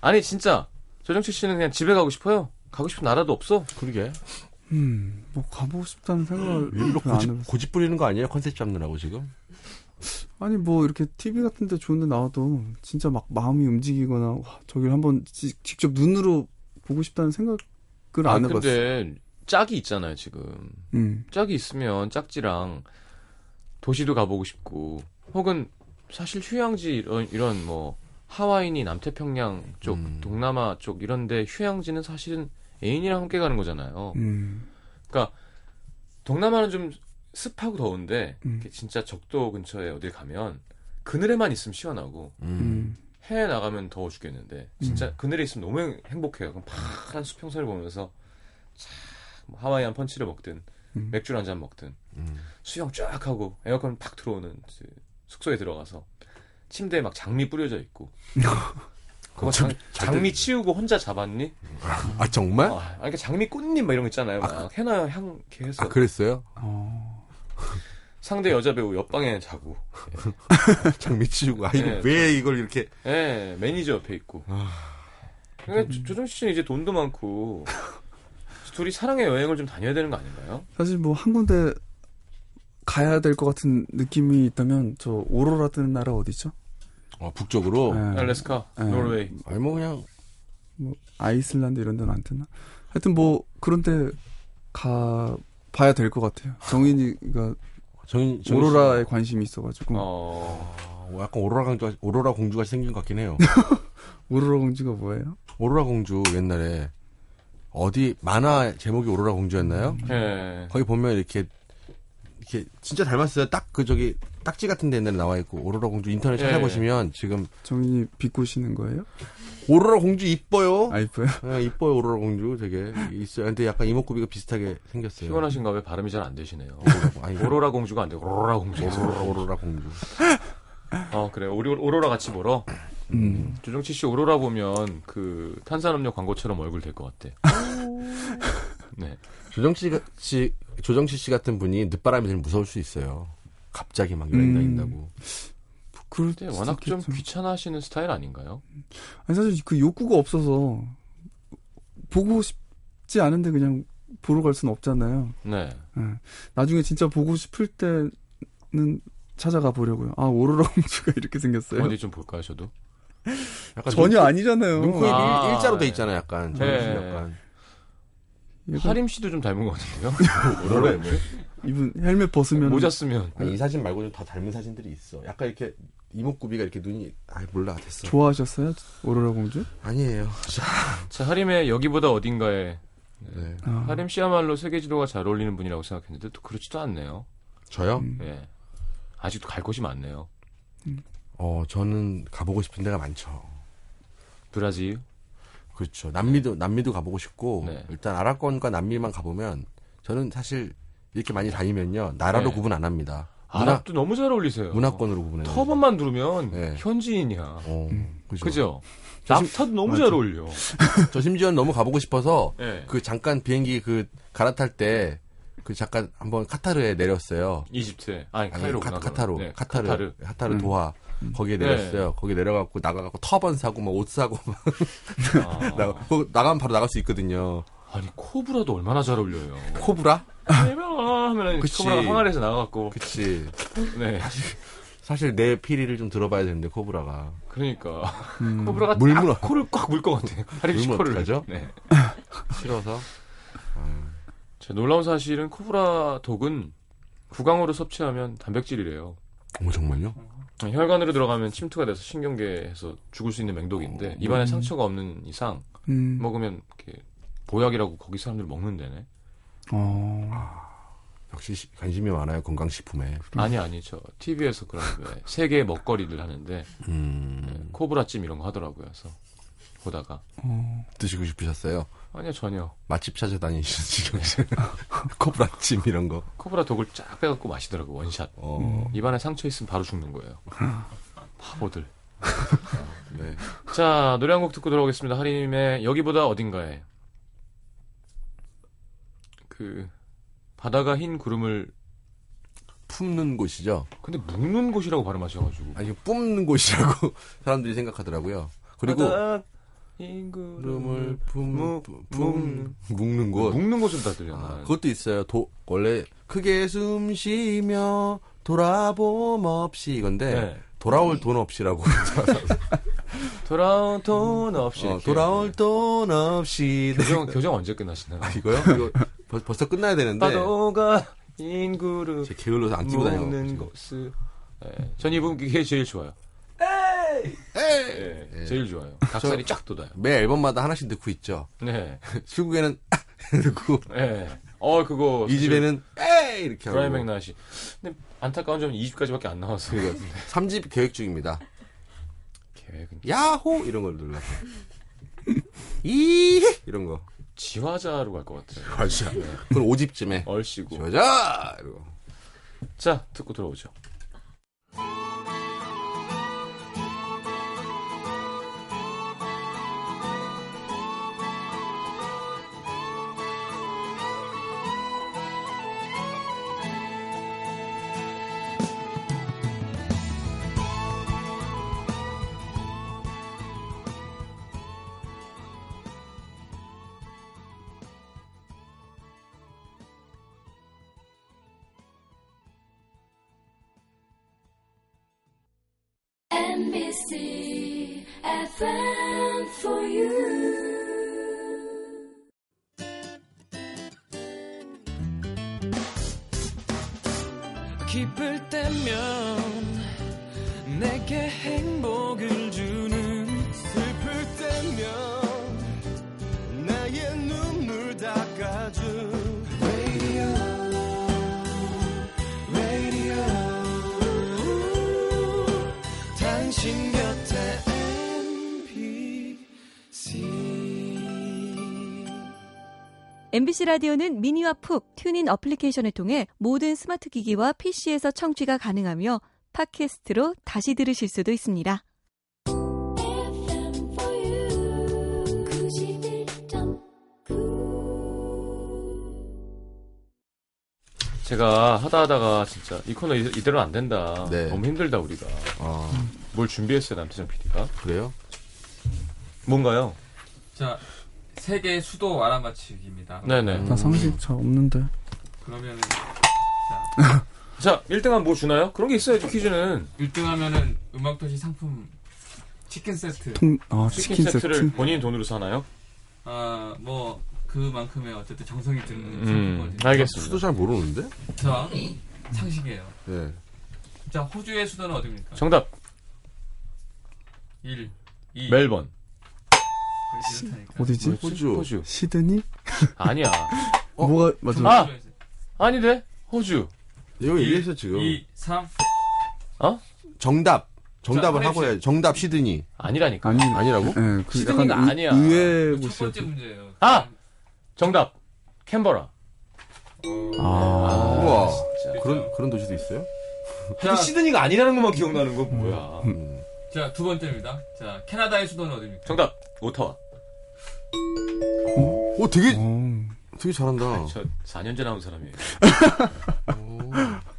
Speaker 1: 아니 진짜 조정치 씨는 그냥 집에 가고 싶어요. 가고 싶은 나라도 없어.
Speaker 4: 그러게.
Speaker 3: 음, 뭐 가보고 싶다는 생각을
Speaker 4: 일부러
Speaker 3: 별로 그 안
Speaker 4: 고집,
Speaker 3: 해봤어.
Speaker 4: 고집 부리는 거 아니에요? 컨셉 잡느라고 지금?
Speaker 3: 아니 뭐 이렇게 TV 같은데 좋은데 나와도 진짜 막 마음이 움직이거나 와, 저길 한번 지- 직접 눈으로 보고 싶다는 생각을
Speaker 1: 아
Speaker 3: 안 해봤어.
Speaker 1: 근데 짝이 있잖아요 지금.
Speaker 3: 음,
Speaker 1: 짝이 있으면 짝지랑 도시도 가보고 싶고 혹은 사실 휴양지 이런, 이런 뭐 하와이니 남태평양 쪽
Speaker 4: 음.
Speaker 1: 동남아 쪽 이런데 휴양지는 사실은 애인이랑 함께 가는 거잖아요.
Speaker 3: 음,
Speaker 1: 그러니까 동남아는 좀 습하고 더운데
Speaker 3: 음.
Speaker 1: 이렇게 진짜 적도 근처에 어딜 가면 그늘에만 있으면 시원하고
Speaker 3: 음,
Speaker 1: 해외 나가면 더워 죽겠는데 진짜 그늘에 있으면 너무 행- 행복해요. 그럼 파란 수평선을 보면서 참 하와이안 펀치를 먹든
Speaker 3: 음.
Speaker 1: 맥주 한 잔 먹든
Speaker 4: 음.
Speaker 1: 수영 쫙 하고 에어컨 팍 들어오는 그 숙소에 들어가서 침대에 막 장미 뿌려져 있고
Speaker 3: 어,
Speaker 1: 그거 장, 장미 치우고 혼자 잡았니?
Speaker 3: 네?
Speaker 4: 아 정말?
Speaker 1: 아, 아니, 그러니까 장미 꽃잎 막 이런 거 있잖아요. 막
Speaker 3: 그-
Speaker 1: 해놔요 향 이렇게 해서
Speaker 4: 아 그랬어요?
Speaker 3: 어,
Speaker 1: 상대 여자 배우 옆방에 자고
Speaker 4: 장미 치우고 아 이거
Speaker 1: 네,
Speaker 4: 왜 이걸 이렇게
Speaker 1: 예 매니저 옆에 있고 그러니까 조- 조정식 씨는 이제 돈도 많고 둘이 사랑의 여행을 좀 다녀야 되는 거 아닌가요?
Speaker 3: 사실 뭐 한 군데 가야 될 것 같은 느낌이 있다면 저 오로라 뜨는 나라 어디죠?
Speaker 4: 어, 북쪽으로
Speaker 1: 네.
Speaker 3: 예,
Speaker 1: 알래스카,
Speaker 3: 예.
Speaker 1: 노르웨이
Speaker 4: 아니 뭐 그냥
Speaker 3: 뭐 아이슬란드 이런 데는 안 뜨나? 하여튼 뭐 그런데 가 봐야 될 것 같아요. 정인이가
Speaker 4: 정, 정
Speaker 3: 오로라에 관심이 있어가지고
Speaker 1: 어
Speaker 4: 아, 약간 오로라 공주 오로라 공주가 생긴 것 같긴 해요.
Speaker 3: 오로라 공주가 뭐예요?
Speaker 4: 오로라 공주 옛날에 어디 만화 제목이 오로라 공주였나요?
Speaker 1: 예.
Speaker 4: 거기 보면 이렇게 이렇게 진짜 닮았어요. 딱 그 저기 딱지 같은 데 옛날에 나와 있고 오로라 공주 인터넷
Speaker 1: 예.
Speaker 4: 찾아보시면 지금
Speaker 3: 정인이 비꼬시는 거예요?
Speaker 4: 오로라 공주 이뻐요.
Speaker 3: 아 이뻐요?
Speaker 4: 예, 이뻐요 오로라 공주 되게 있어요. 근데 약간 이목구비가 비슷하게 생겼어요.
Speaker 1: 피곤하신가 왜 발음이 잘 안 되시네요.
Speaker 4: 아니,
Speaker 1: 오로라 공주가 안 되고 오로라 공주.
Speaker 4: 오로라 오로라 공주.
Speaker 1: 아 그래 우리 오로라 같이 보러.
Speaker 3: 음.
Speaker 1: 조정치 씨 오로라 보면 그 탄산음료 광고처럼 얼굴 될 것 같대. 네.
Speaker 4: 조정치 씨 조정치 씨 같은 분이 늦바람이 들면 무서울 수 있어요. 갑자기 막 여행
Speaker 3: 음.
Speaker 4: 다닌다고.
Speaker 3: 그럴
Speaker 1: 근데 워낙
Speaker 3: 수도
Speaker 1: 좀
Speaker 3: 있겠죠.
Speaker 1: 귀찮아하시는 스타일 아닌가요?
Speaker 3: 아니 사실 그 욕구가 없어서 보고 싶지 않은데 그냥 보러 갈 수는 없잖아요.
Speaker 1: 네.
Speaker 3: 예. 나중에 진짜 보고 싶을 때는 찾아가 보려고요. 아 오로라 공주가 이렇게 생겼어요.
Speaker 1: 어디 좀 볼까요, 저도?
Speaker 4: 약간
Speaker 3: 전혀 음. 아니잖아요. 네.
Speaker 4: 눈, 코입
Speaker 1: 아,
Speaker 4: 일자로 돼
Speaker 1: 예.
Speaker 4: 있잖아요. 약간
Speaker 1: 예.
Speaker 4: 조정치 씨 약간
Speaker 3: 약간
Speaker 1: 하림 씨도 좀 닮은 것 같은데요? 오로라 왜?
Speaker 3: 이분 헬멧 벗으면
Speaker 1: 모자 쓰면
Speaker 4: 그, 아니, 이 사진 말고 좀 다 닮은 사진들이 있어. 약간 이렇게 이목구비가 이렇게 눈이 아 몰라 됐어.
Speaker 3: 좋아하셨어요? 오로라 공주?
Speaker 4: 아니에요. 자,
Speaker 1: 자 하림의 여기보다 어딘가에
Speaker 4: 네.
Speaker 3: 아,
Speaker 1: 하림 씨야말로 세계 지도가 잘 어울리는 분이라고 생각했는데 또 그렇지도 않네요.
Speaker 4: 저요?
Speaker 3: 음.
Speaker 1: 예. 아직도 갈 곳이 많네요.
Speaker 4: 어 저는 가보고 싶은 데가 많죠.
Speaker 1: 브라질,
Speaker 4: 그렇죠.
Speaker 3: 네.
Speaker 4: 남미도 남미도 가보고 싶고
Speaker 1: 네.
Speaker 4: 일단 아랍권과 남미만 가보면 저는 사실 이렇게 많이 다니면요 나라로
Speaker 1: 네.
Speaker 4: 구분 안 합니다. 문화,
Speaker 1: 아랍도 너무 잘 어울리세요.
Speaker 4: 문화권으로 구분해요.
Speaker 1: 터번만 누르면
Speaker 4: 네.
Speaker 1: 현지인이야.
Speaker 4: 어, 그죠.
Speaker 1: 그죠? 납타도 너무 잘 어울려.
Speaker 4: 저 심지어 는 너무 가보고 싶어서
Speaker 1: 예.
Speaker 4: 그 잠깐 비행기 그 갈아탈 때 그 잠깐 한번 카타르에 내렸어요.
Speaker 1: 이집트. 아니,
Speaker 4: 아니,
Speaker 1: 카이로구나.
Speaker 4: 카,
Speaker 1: 그건.
Speaker 4: 카타로,
Speaker 1: 네,
Speaker 4: 카타르,
Speaker 1: 카타르.
Speaker 4: 카타르, 음. 도하 거기에
Speaker 1: 네.
Speaker 4: 내렸어요. 거기 내려갖고 나가갖고 터번 사고 막 옷 사고 막
Speaker 1: 아.
Speaker 4: 나가 거- 나가면 바로 나갈 수 있거든요.
Speaker 1: 아니, 코브라도 얼마나 잘 어울려요.
Speaker 4: 코브라?
Speaker 1: 코브라 하면은
Speaker 4: 아. 그치.
Speaker 1: 코브라 항아리에서 나와갖고.
Speaker 4: 그치.
Speaker 1: 네.
Speaker 4: 사실 내 피리를 좀 들어봐야 되는데 코브라가
Speaker 1: 그러니까.
Speaker 3: 음.
Speaker 1: 코브라가
Speaker 4: 물
Speaker 1: 딱
Speaker 4: 물어.
Speaker 1: 코를 꽉 물 것 같아요. 하림씨
Speaker 4: 물면
Speaker 1: 코를.
Speaker 4: 어떡하죠?
Speaker 1: 네.
Speaker 4: 싫어서
Speaker 1: 자, 놀라운 사실은 코브라 독은 구강으로 섭취하면 단백질이래요.
Speaker 4: 어 정말요?
Speaker 1: 혈관으로 들어가면 침투가 돼서 신경계에서 죽을 수 있는 맹독인데 입안에 상처가 없는 이상
Speaker 3: 음.
Speaker 1: 먹으면 이렇게 보약이라고 거기 사람들 먹는데네.
Speaker 3: 어.
Speaker 4: 역시 시- 관심이 많아요 건강식품에.
Speaker 1: 아니 아니 저 TV에서 그런 왜 세계 먹거리를 하는데 예,
Speaker 4: 음,
Speaker 1: 코브라찜 이런 거 하더라고요. 그래서 보다가
Speaker 3: 어,
Speaker 4: 드시고 싶으셨어요?
Speaker 1: 아니요 전혀
Speaker 4: 맛집 찾아다니시는 지경 씨. 코브라찜 이런 거.
Speaker 1: 코브라 독을 쫙 빼갖고 마시더라고 원샷.
Speaker 4: 어,
Speaker 3: 음.
Speaker 1: 입안에 상처 있으면 바로 죽는 거예요. 바보들.
Speaker 4: 네.
Speaker 1: 자 노래 한 곡 듣고 돌아오겠습니다. 하림의 여기보다 어딘가에 그 바다가 흰 구름을
Speaker 4: 품는 곳이죠.
Speaker 1: 근데 묵는 곳이라고 발음하셔가지고
Speaker 4: 아니 뿜는 곳이라고 사람들이 생각하더라고요. 그리고
Speaker 1: 바다 흰 구름을
Speaker 4: 구름을 품,
Speaker 1: 묵-
Speaker 4: 품,
Speaker 1: 묵는.
Speaker 4: 묵는 곳.
Speaker 1: 묵는 뭐, 곳으로 다 들려.
Speaker 4: 아,
Speaker 1: 나
Speaker 4: 그것도 있어요. 도, 원래 크게 숨 쉬며 돌아봄 없이 이건데
Speaker 1: 네.
Speaker 4: 돌아올 돈 없이라고
Speaker 1: 돌아온 돈 없이
Speaker 4: 어,
Speaker 1: 이렇게. 네.
Speaker 4: 돌아올 돈 없이
Speaker 1: 교정 교정 언제 끝나시나요?
Speaker 4: 아, 이거요? 이거 벌, 벌써 끝나야 되는데
Speaker 1: 파도가 인구를
Speaker 4: 제 게을러서 안 끼고
Speaker 1: 먹는
Speaker 4: 다니고
Speaker 1: 곳을 예, 전 이분 이게 제일 좋아요. 예, 제일 좋아요. 각살이 쫙 돋아요.
Speaker 4: 네. 매 앨범마다 하나씩 넣고 있죠.
Speaker 1: 네,
Speaker 4: 출국에는 넣고
Speaker 1: 예. 어 그거
Speaker 4: 이 집에는 에이 이렇게
Speaker 1: 브라이
Speaker 4: 하고
Speaker 1: 맥나시. 근데 안타까운 점은 2집까지밖에 안 나왔어요.
Speaker 4: 3집 계획 중입니다.
Speaker 1: 계획은
Speaker 4: 야호 이런 걸 눌러서 이 이런 거
Speaker 1: 지화자로 갈 것 같아요.
Speaker 4: 맞아. 그럼 5집쯤에
Speaker 1: 얼씨구.
Speaker 4: 저자 이러고
Speaker 1: 자 듣고 들어오죠.
Speaker 2: NBC FM for you.
Speaker 6: 기쁠 때면 내게 행복을 주는 슬플 때면 나의 눈물 닦아준 Radio Radio 당신 곁에 MBC
Speaker 7: MBC 라디오는 미니와 푹 튜닝 어플리케이션을 통해 모든 스마트 기기와 PC에서 청취가 가능하며 팟캐스트로 다시 들으실 수도 있습니다.
Speaker 2: FM for you. 91.9.
Speaker 1: 제가 하다 하다가 진짜 이 코너 이- 이대로 안 된다.
Speaker 4: 네.
Speaker 1: 너무 힘들다 우리가.
Speaker 4: 아
Speaker 1: 뭘 준비했어요 남태정 PD가?
Speaker 4: 그래요?
Speaker 1: 뭔가요?
Speaker 8: 자, 세계 수도 알아맞히기입니다.
Speaker 1: 네네.
Speaker 4: 음.
Speaker 3: 나 상식 잘 없는데.
Speaker 8: 그러면은
Speaker 1: 자 1등하면 뭐 주나요? 그런 게 있어야지 퀴즈는.
Speaker 8: 1등 하면은 음악도시 상품 치킨 세트.
Speaker 3: 통, 아,
Speaker 1: 치킨,
Speaker 3: 치킨
Speaker 1: 세트를
Speaker 3: 세트.
Speaker 1: 본인 돈으로 사나요?
Speaker 8: 아, 뭐 그만큼의 어쨌든 정성이 드는
Speaker 1: 음,
Speaker 8: 상품권이죠.
Speaker 1: 알겠습니다.
Speaker 4: 수도 잘 모르는데?
Speaker 8: 자, 상식이에요.
Speaker 4: 네.
Speaker 8: 자, 호주의 수도는 어디입니까?
Speaker 1: 정답
Speaker 8: 1, 2.
Speaker 1: 멜번.
Speaker 8: 이렇다니까.
Speaker 3: 어디지?
Speaker 1: 뭐였지?
Speaker 4: 호주.
Speaker 1: 호주.
Speaker 3: 시드니?
Speaker 1: 아니야.
Speaker 4: 어?
Speaker 3: 뭐가 맞아?
Speaker 1: 아! 아니네. 호주.
Speaker 4: 이거 얘기했어 지금
Speaker 8: 2, 3.
Speaker 4: 정답 정답을
Speaker 8: 자,
Speaker 4: 하고
Speaker 8: 하나씩.
Speaker 4: 해야지 정답 시드니
Speaker 1: 아니라니까.
Speaker 3: 아니,
Speaker 4: 아니라고?
Speaker 3: 예, 그
Speaker 1: 시드니가
Speaker 3: 약간 의-
Speaker 1: 아니야.
Speaker 3: 의외의
Speaker 8: 첫 번째
Speaker 3: 곳이었죠.
Speaker 8: 문제예요.
Speaker 1: 아! 정답. 캔버라.
Speaker 3: 아,
Speaker 4: 우와
Speaker 1: 진짜.
Speaker 8: 그렇죠?
Speaker 4: 그런 그런 도시도 있어요?
Speaker 8: 자,
Speaker 1: 그 시드니가 아니라는 것만 기억나는 건 뭐야.
Speaker 4: 음.
Speaker 8: 자, 두 번째입니다. 자, 캐나다의 수도는 어디입니까?
Speaker 1: 정답. 오타와.
Speaker 4: 오 되게
Speaker 3: 어,
Speaker 4: 되게 잘한다.
Speaker 1: 저 4년 전에 나온 사람이에요.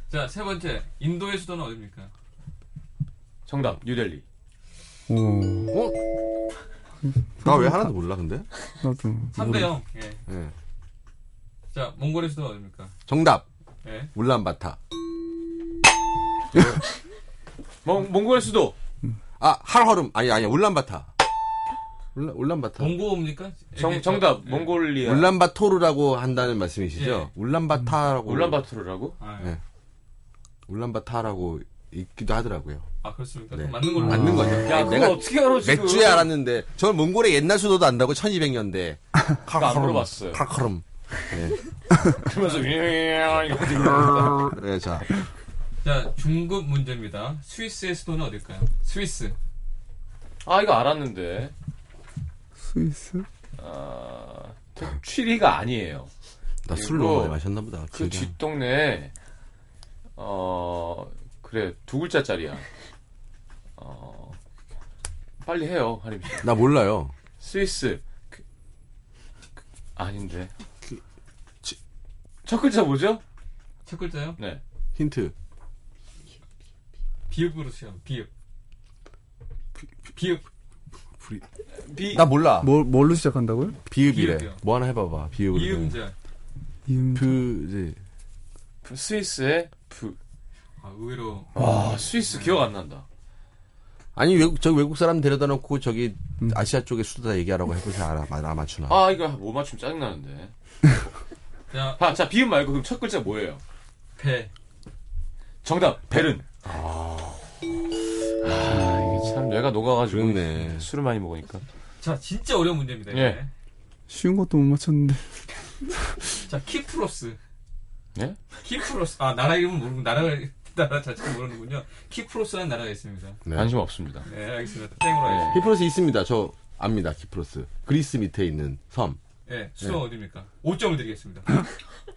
Speaker 8: 자, 세 번째. 인도의 수도는 어디입니까?
Speaker 1: 정답. 뉴델리.
Speaker 3: 오,
Speaker 4: 나 왜 하나도 몰라 근데?
Speaker 3: 나도.
Speaker 8: 3대 0. 예.
Speaker 4: 예.
Speaker 8: 자, 몽골의 수도는 어디입니까?
Speaker 4: 정답
Speaker 8: 예.
Speaker 4: 울란바타.
Speaker 1: 몽, 몽골 수도.
Speaker 4: 아 할허름 아니 아니 울란바타. 울란 울란바타.
Speaker 8: 몽고입니까?
Speaker 1: 정,
Speaker 8: 이게
Speaker 1: 정답.
Speaker 8: 저- 예.
Speaker 1: 몽골리아.
Speaker 4: 울란바토르라고 한다는 말씀이시죠?
Speaker 8: 예.
Speaker 4: 울란바타라고
Speaker 1: 울란바토르라고?
Speaker 8: 아,
Speaker 4: 예. 울란바타라고 있기도 하더라고요.
Speaker 8: 아, 그렇습니까?
Speaker 4: 네.
Speaker 8: 그럼 맞는 걸로.
Speaker 4: 맞는 거죠.
Speaker 1: 야,
Speaker 4: 아니,
Speaker 1: 그거
Speaker 4: 내가
Speaker 1: 어떻게 알아, 지금?
Speaker 4: 맥주에 알았는데 저는 몽골의 옛날 수도도 안다고 1200년대. 아.
Speaker 1: 그거 아, 안 물어봤어요.
Speaker 4: 카카롬.
Speaker 1: 그러면서 예, 아,
Speaker 4: 네, 자.
Speaker 8: 자 중급 문제입니다. 스위스의 수도는 어딜까요? 스위스.
Speaker 1: 아 이거 알았는데
Speaker 3: 스위스?
Speaker 1: 아, 취리가 아니에요.
Speaker 4: 나
Speaker 1: 그리고
Speaker 4: 술 너무 많이 마셨나 보다.
Speaker 1: 그
Speaker 4: 기억이 안-
Speaker 1: 뒷동네 어 그래 두 글자짜리야. 어 빨리 해요 하림 씨.
Speaker 4: 나 몰라요.
Speaker 1: 스위스 그- 그- 아닌데
Speaker 4: 그- 지-
Speaker 1: 첫 글자 뭐죠?
Speaker 8: 첫 글자요?
Speaker 1: 네
Speaker 4: 힌트.
Speaker 8: 비읍으로 시험. 비읍. 비읍.
Speaker 1: 비.
Speaker 4: 나 몰라.
Speaker 3: 뭘, 뭘로 시작한다고요?
Speaker 4: 비읍이래.
Speaker 8: 비읍이요.
Speaker 4: 뭐 하나 해봐봐. 비읍으로.
Speaker 8: 이음절.
Speaker 3: 이음.
Speaker 4: 그, 이제,
Speaker 1: 스위스의 부.
Speaker 8: 아, 의외로
Speaker 1: 아 스위스 기억 안 난다.
Speaker 4: 아니, 외국, 저기 외국 사람 데려다 놓고 저기
Speaker 3: 음.
Speaker 4: 아시아 쪽에 수도다 얘기하라고 해보세 알아, 나 맞추나.
Speaker 1: 아 이거 못 맞추면 짜증 나는데.
Speaker 8: 자,
Speaker 1: 아, 자 비읍 말고 그럼 첫 글자 뭐예요?
Speaker 8: 배.
Speaker 1: 정답 베른. 아 이게 참 뇌가 녹아가지고
Speaker 4: 그렇네.
Speaker 1: 술을 많이 먹으니까.
Speaker 8: 자, 진짜 어려운 문제입니다. 이게.
Speaker 1: 예.
Speaker 3: 쉬운 것도 못 맞췄는데.
Speaker 8: 자, 키프로스.
Speaker 1: 예?
Speaker 8: 키프로스. 아, 나라 이름은 모르고 나라 나라 자체를 모르는군요. 키프로스라는 나라가 있습니다.
Speaker 4: 네.
Speaker 1: 관심 없습니다.
Speaker 8: 네, 알겠습니다.
Speaker 1: 예.
Speaker 8: 땡으로 하겠습니다.
Speaker 4: 키프로스 있습니다. 저 압니다. 키프로스. 그리스 밑에 있는 섬.
Speaker 8: 예. 수도 어디입니까? 5점을 드리겠습니다.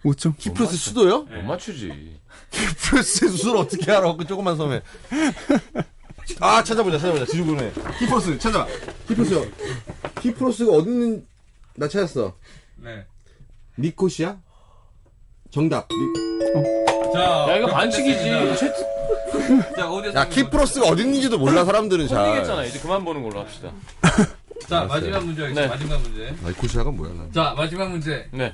Speaker 3: 5점.
Speaker 4: 키프로스 수도요?
Speaker 8: 예.
Speaker 1: 못 맞추지.
Speaker 4: 키프로스 수도를 어떻게 알아? 그 조그만 섬에. 아, 찾아보자, 찾아보자. 지주분에. 키프로스, 찾아. 키프로스요. 키프로스가 어디 있는, 나 찾았어.
Speaker 8: 네.
Speaker 4: 니코시아? 정답. 니-
Speaker 8: 자,
Speaker 1: 야 이거 반칙이지.
Speaker 8: 자, 어디서
Speaker 4: 야, 키프로스가 어디 있는지도 몰라, 사람들은 잘.
Speaker 1: 헛되겠잖아. 이제 그만 보는 걸로 합시다.
Speaker 8: 자, 마지막 문제 하겠습니다.
Speaker 1: 네.
Speaker 8: 마지막 문제.
Speaker 4: 니코시아가 뭐야, 난.
Speaker 8: 자, 마지막 문제.
Speaker 1: 네.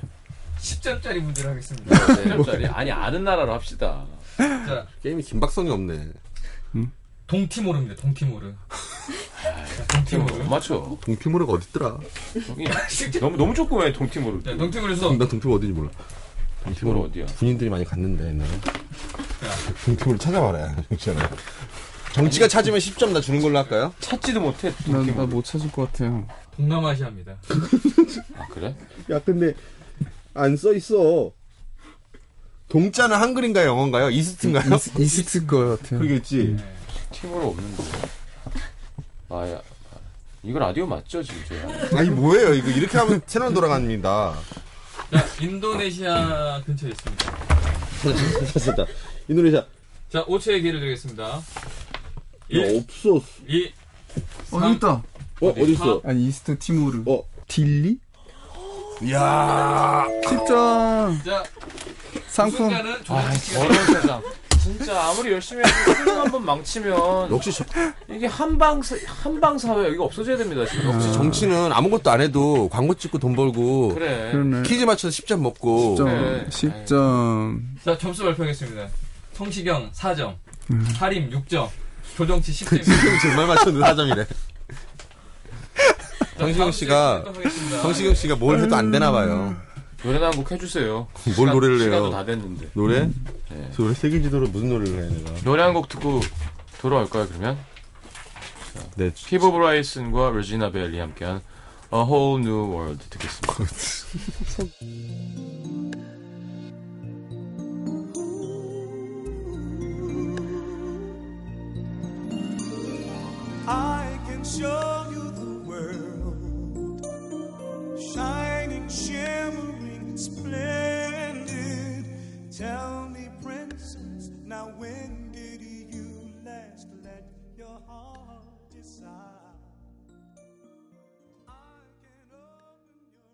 Speaker 8: 10점짜리 문제를 하겠습니다.
Speaker 1: 점짜리 아니 아는 나라로 합시다.
Speaker 8: 자,
Speaker 4: 게임이 긴박성이 없네.
Speaker 8: 동티모르입니다. 동티모르. 자,
Speaker 1: 동티모르 못
Speaker 8: 동티모르.
Speaker 1: 맞춰.
Speaker 4: 동티모르가 어딨더라?
Speaker 1: 여기 너무 너무 조그매 네, 동티모르.
Speaker 8: 자, 동티모르에서
Speaker 4: 나 동티모르 어딘지 몰라.
Speaker 1: 동티모르 어디야?
Speaker 4: 군인들이 많이 갔는데, 옛날에. 동티모르 찾아봐라, 정치잖아. 정치가 찾으면 10점 나 주는 걸로 할까요?
Speaker 1: 찾지도 못해
Speaker 3: 난,
Speaker 1: 동티모르.
Speaker 3: 나못 찾을 것 같아요.
Speaker 8: 동남아시아입니다.
Speaker 1: 아 그래?
Speaker 4: 야, 근데, 안 써 있어. 동자는 한글인가요, 영어인가요? 이스트인가요?
Speaker 3: 이스- 이스트일 것 같아요.
Speaker 4: 그러겠지.
Speaker 1: 티모르 없는데. 아야. 이거 라디오 맞죠 진짜?
Speaker 4: 아니, 뭐예요, 이거. 이렇게 하면 채널 돌아갑니다.
Speaker 8: 자, 인도네시아 근처에 있습니다.
Speaker 4: 찾았다. 인도네시아.
Speaker 8: 자, 5초의 기회를 드리겠습니다.
Speaker 4: 야,
Speaker 8: 1,
Speaker 4: 없어.
Speaker 8: 2,
Speaker 3: 어, 여기 있다.
Speaker 4: 어, 어디 있어?
Speaker 3: 아니, 이스트 티모르.
Speaker 4: 어.
Speaker 3: 딜리?
Speaker 4: 이야.
Speaker 3: 10점.
Speaker 8: 자,
Speaker 3: 상품.
Speaker 8: 우승자는
Speaker 1: 아
Speaker 8: 조나단 씨가
Speaker 1: 더러운 세상. 진짜 아무리 열심히 해도 수능 한번 망치면
Speaker 4: 역시, 저-
Speaker 1: 이게 한방 한방 사회 여기가 없어져야 됩니다 지금.
Speaker 4: 역시 정치는 아무것도 안 해도 광고 찍고 돈 벌고
Speaker 1: 그래.
Speaker 3: 그러네.
Speaker 4: 퀴즈 맞춰서 10점 먹고
Speaker 3: 10점.
Speaker 1: 네.
Speaker 3: 10점.
Speaker 8: 자, 점수 발표하겠습니다. 성시경 4점,
Speaker 4: 음.
Speaker 8: 하림 6점, 조정치 10점.
Speaker 4: 정말 맞췄는데 4점이래. 성시경 씨가- 성시경 씨가 뭘 해도 안 되나 봐요.
Speaker 1: 노래나 한 곡 해주세요.
Speaker 4: 음. 뭘 노래를 해요?
Speaker 1: 시간도 다 됐는데.
Speaker 4: 노래? 저 원래 세계지도로 무슨 노래를 해 내가?
Speaker 1: 노래 한 곡 듣고 돌아올까요 그러면?
Speaker 4: 네.
Speaker 1: 피보 브라이슨과 레지나 벨이 함께한 A Whole New World 듣겠습니다.
Speaker 6: I can show you the world shining, shimmering, splendid. Tell me, princess, now when did you last let your heart decide? I can open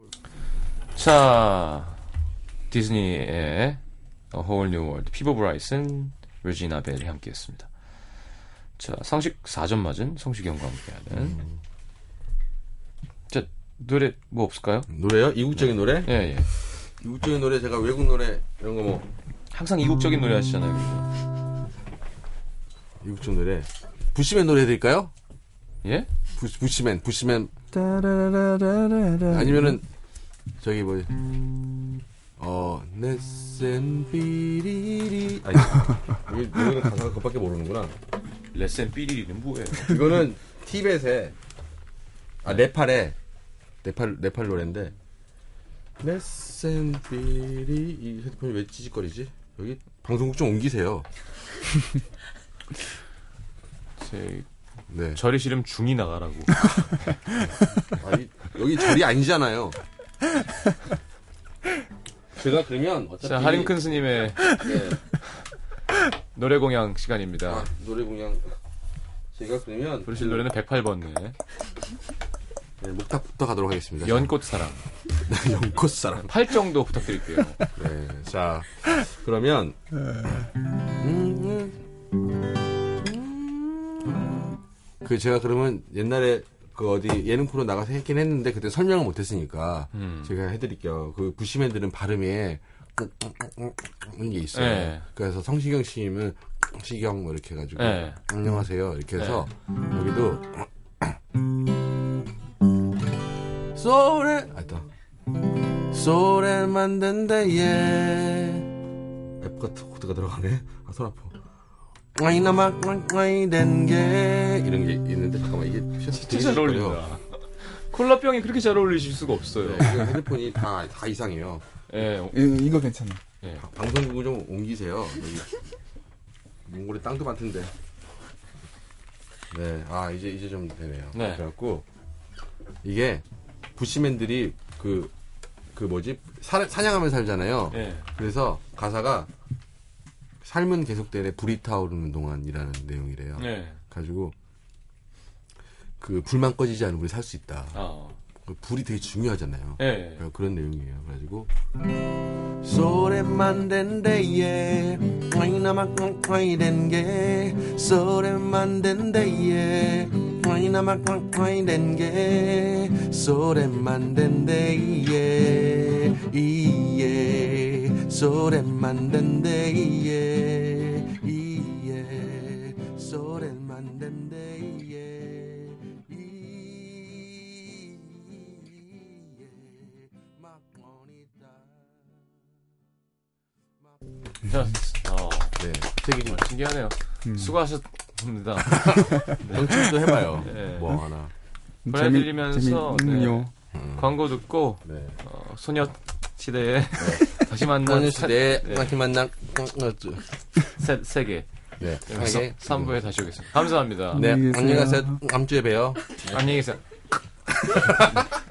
Speaker 6: your eyes.
Speaker 1: 자 디즈니의 A Whole New World 피보 브라이슨 레지나 벨이 함께했습니다. 자 성식 4점 맞은 성시경과 함께하는 자 노래 뭐 없을까요?
Speaker 4: 노래요? 이국적인 노래?
Speaker 1: 예 예.
Speaker 4: 이국적인 노래 제가 외국 노래 이런 거 뭐
Speaker 1: 항상 이국적인 노래 하시잖아요. 그죠?
Speaker 4: 이국적 노래. 부시맨 노래 해드릴까요?
Speaker 1: 예?
Speaker 4: 부, 부시맨, 부시맨
Speaker 3: 따라라라라라.
Speaker 4: 아니면은 저기 뭐 어, 넷센 비리리 아니 이게 노래는 가사가 그밖에 모르는구나.
Speaker 1: 레센 삐리리는 뭐예요?
Speaker 4: 이거는 티벳의 아 네팔의 네팔 네팔 노래인데 메센빌이 이 헤드폰이 왜 찌직거리지? 여기 방송국 좀 옮기세요.
Speaker 1: 제
Speaker 4: 네.
Speaker 1: 절이 싫으면 중이 나가라고.
Speaker 4: 아, 이- 여기 절이 아니잖아요. 제가 그러면 어차피
Speaker 1: 자, 하림 큰 스님의
Speaker 4: 네.
Speaker 1: 노래 공양 시간입니다.
Speaker 4: 아, 노래 공양 제가 그러면
Speaker 1: 부르실 노래는 108번네.
Speaker 4: 네, 목탁부터 가도록 하겠습니다.
Speaker 1: 연꽃사랑.
Speaker 4: 연꽃 사랑.
Speaker 1: 팔 정도 부탁드릴게요.
Speaker 4: 네, 자 그러면 그 제가 그러면 옛날에 그 어디 예능 프로 나가서 했긴 했는데 그때 설명을 못했으니까 제가 해드릴게요. 그 부시맨들은 발음에 이런 게 있어요.
Speaker 1: 네.
Speaker 4: 그래서 성시경 씨님은 시경 뭐 이렇게 해가지고
Speaker 1: 네.
Speaker 4: 안녕하세요 이렇게 해서 여기도 소래 아니다 소래 만든 데에 앱같은 코드가 들어가네. 아, 손 아파. 아이, 나마, 아이, 된 게. 이런 게 있는데, 잠깐만, 이게
Speaker 1: 진짜 잘 어울린다. 네. 콜라병이 그렇게 잘 어울리실 수가 없어요.
Speaker 4: 네, 이거 핸드폰이 다, 다 이상해요.
Speaker 1: 예,
Speaker 3: 이- 이거 괜찮아.
Speaker 4: 방송국을 좀 옮기세요. 여기. 몽골에 땅도 많던데. 네, 아, 이제, 이제 좀 되네요.
Speaker 1: 네.
Speaker 4: 그래갖고, 이게, 부시맨들이 그, 그 뭐지, 사, 사냥하면 살잖아요.
Speaker 1: 예.
Speaker 4: 그래서 가사가 삶은 계속되네 불이 타오르는 동안이라는 내용이래요.
Speaker 1: 예.
Speaker 4: 가지고 그 불만 꺼지지 않으면 우리 살 수 있다.
Speaker 1: 아,
Speaker 4: 그 불이 되게 중요하잖아요.
Speaker 1: 예.
Speaker 4: 그래서 그런 내용이에요. 그래가지고 소래만 된데예 아이나마 아이 된게 소래만 된데예 아이나마 아이 된게 소래만 된데예 이예 소래만 된데예 이예 소래만 된데예 이예 막 원이다
Speaker 1: 자, 어,
Speaker 4: 네, 되게 좀
Speaker 1: 신기하네요.
Speaker 3: 음.
Speaker 1: 수고하셨습니다.
Speaker 4: 경청도 해봐요.
Speaker 1: 네.
Speaker 4: 뭐 하나. 음.
Speaker 1: 보내드리면서, 네.
Speaker 3: 재밌는요.
Speaker 1: 광고 듣고
Speaker 4: 네.
Speaker 1: 어, 소녀 시대에 다시 만난
Speaker 4: 소녀시대
Speaker 1: 네.
Speaker 4: 다시 만난
Speaker 1: 세, 세계
Speaker 4: 네.
Speaker 1: 여기서 3부에 다시 오겠습니다. 감사합니다.
Speaker 4: 네,
Speaker 3: 안녕히 계세요.
Speaker 4: 안녕히 가세요. 다음 주에 봬요.
Speaker 1: 안녕히 계세요.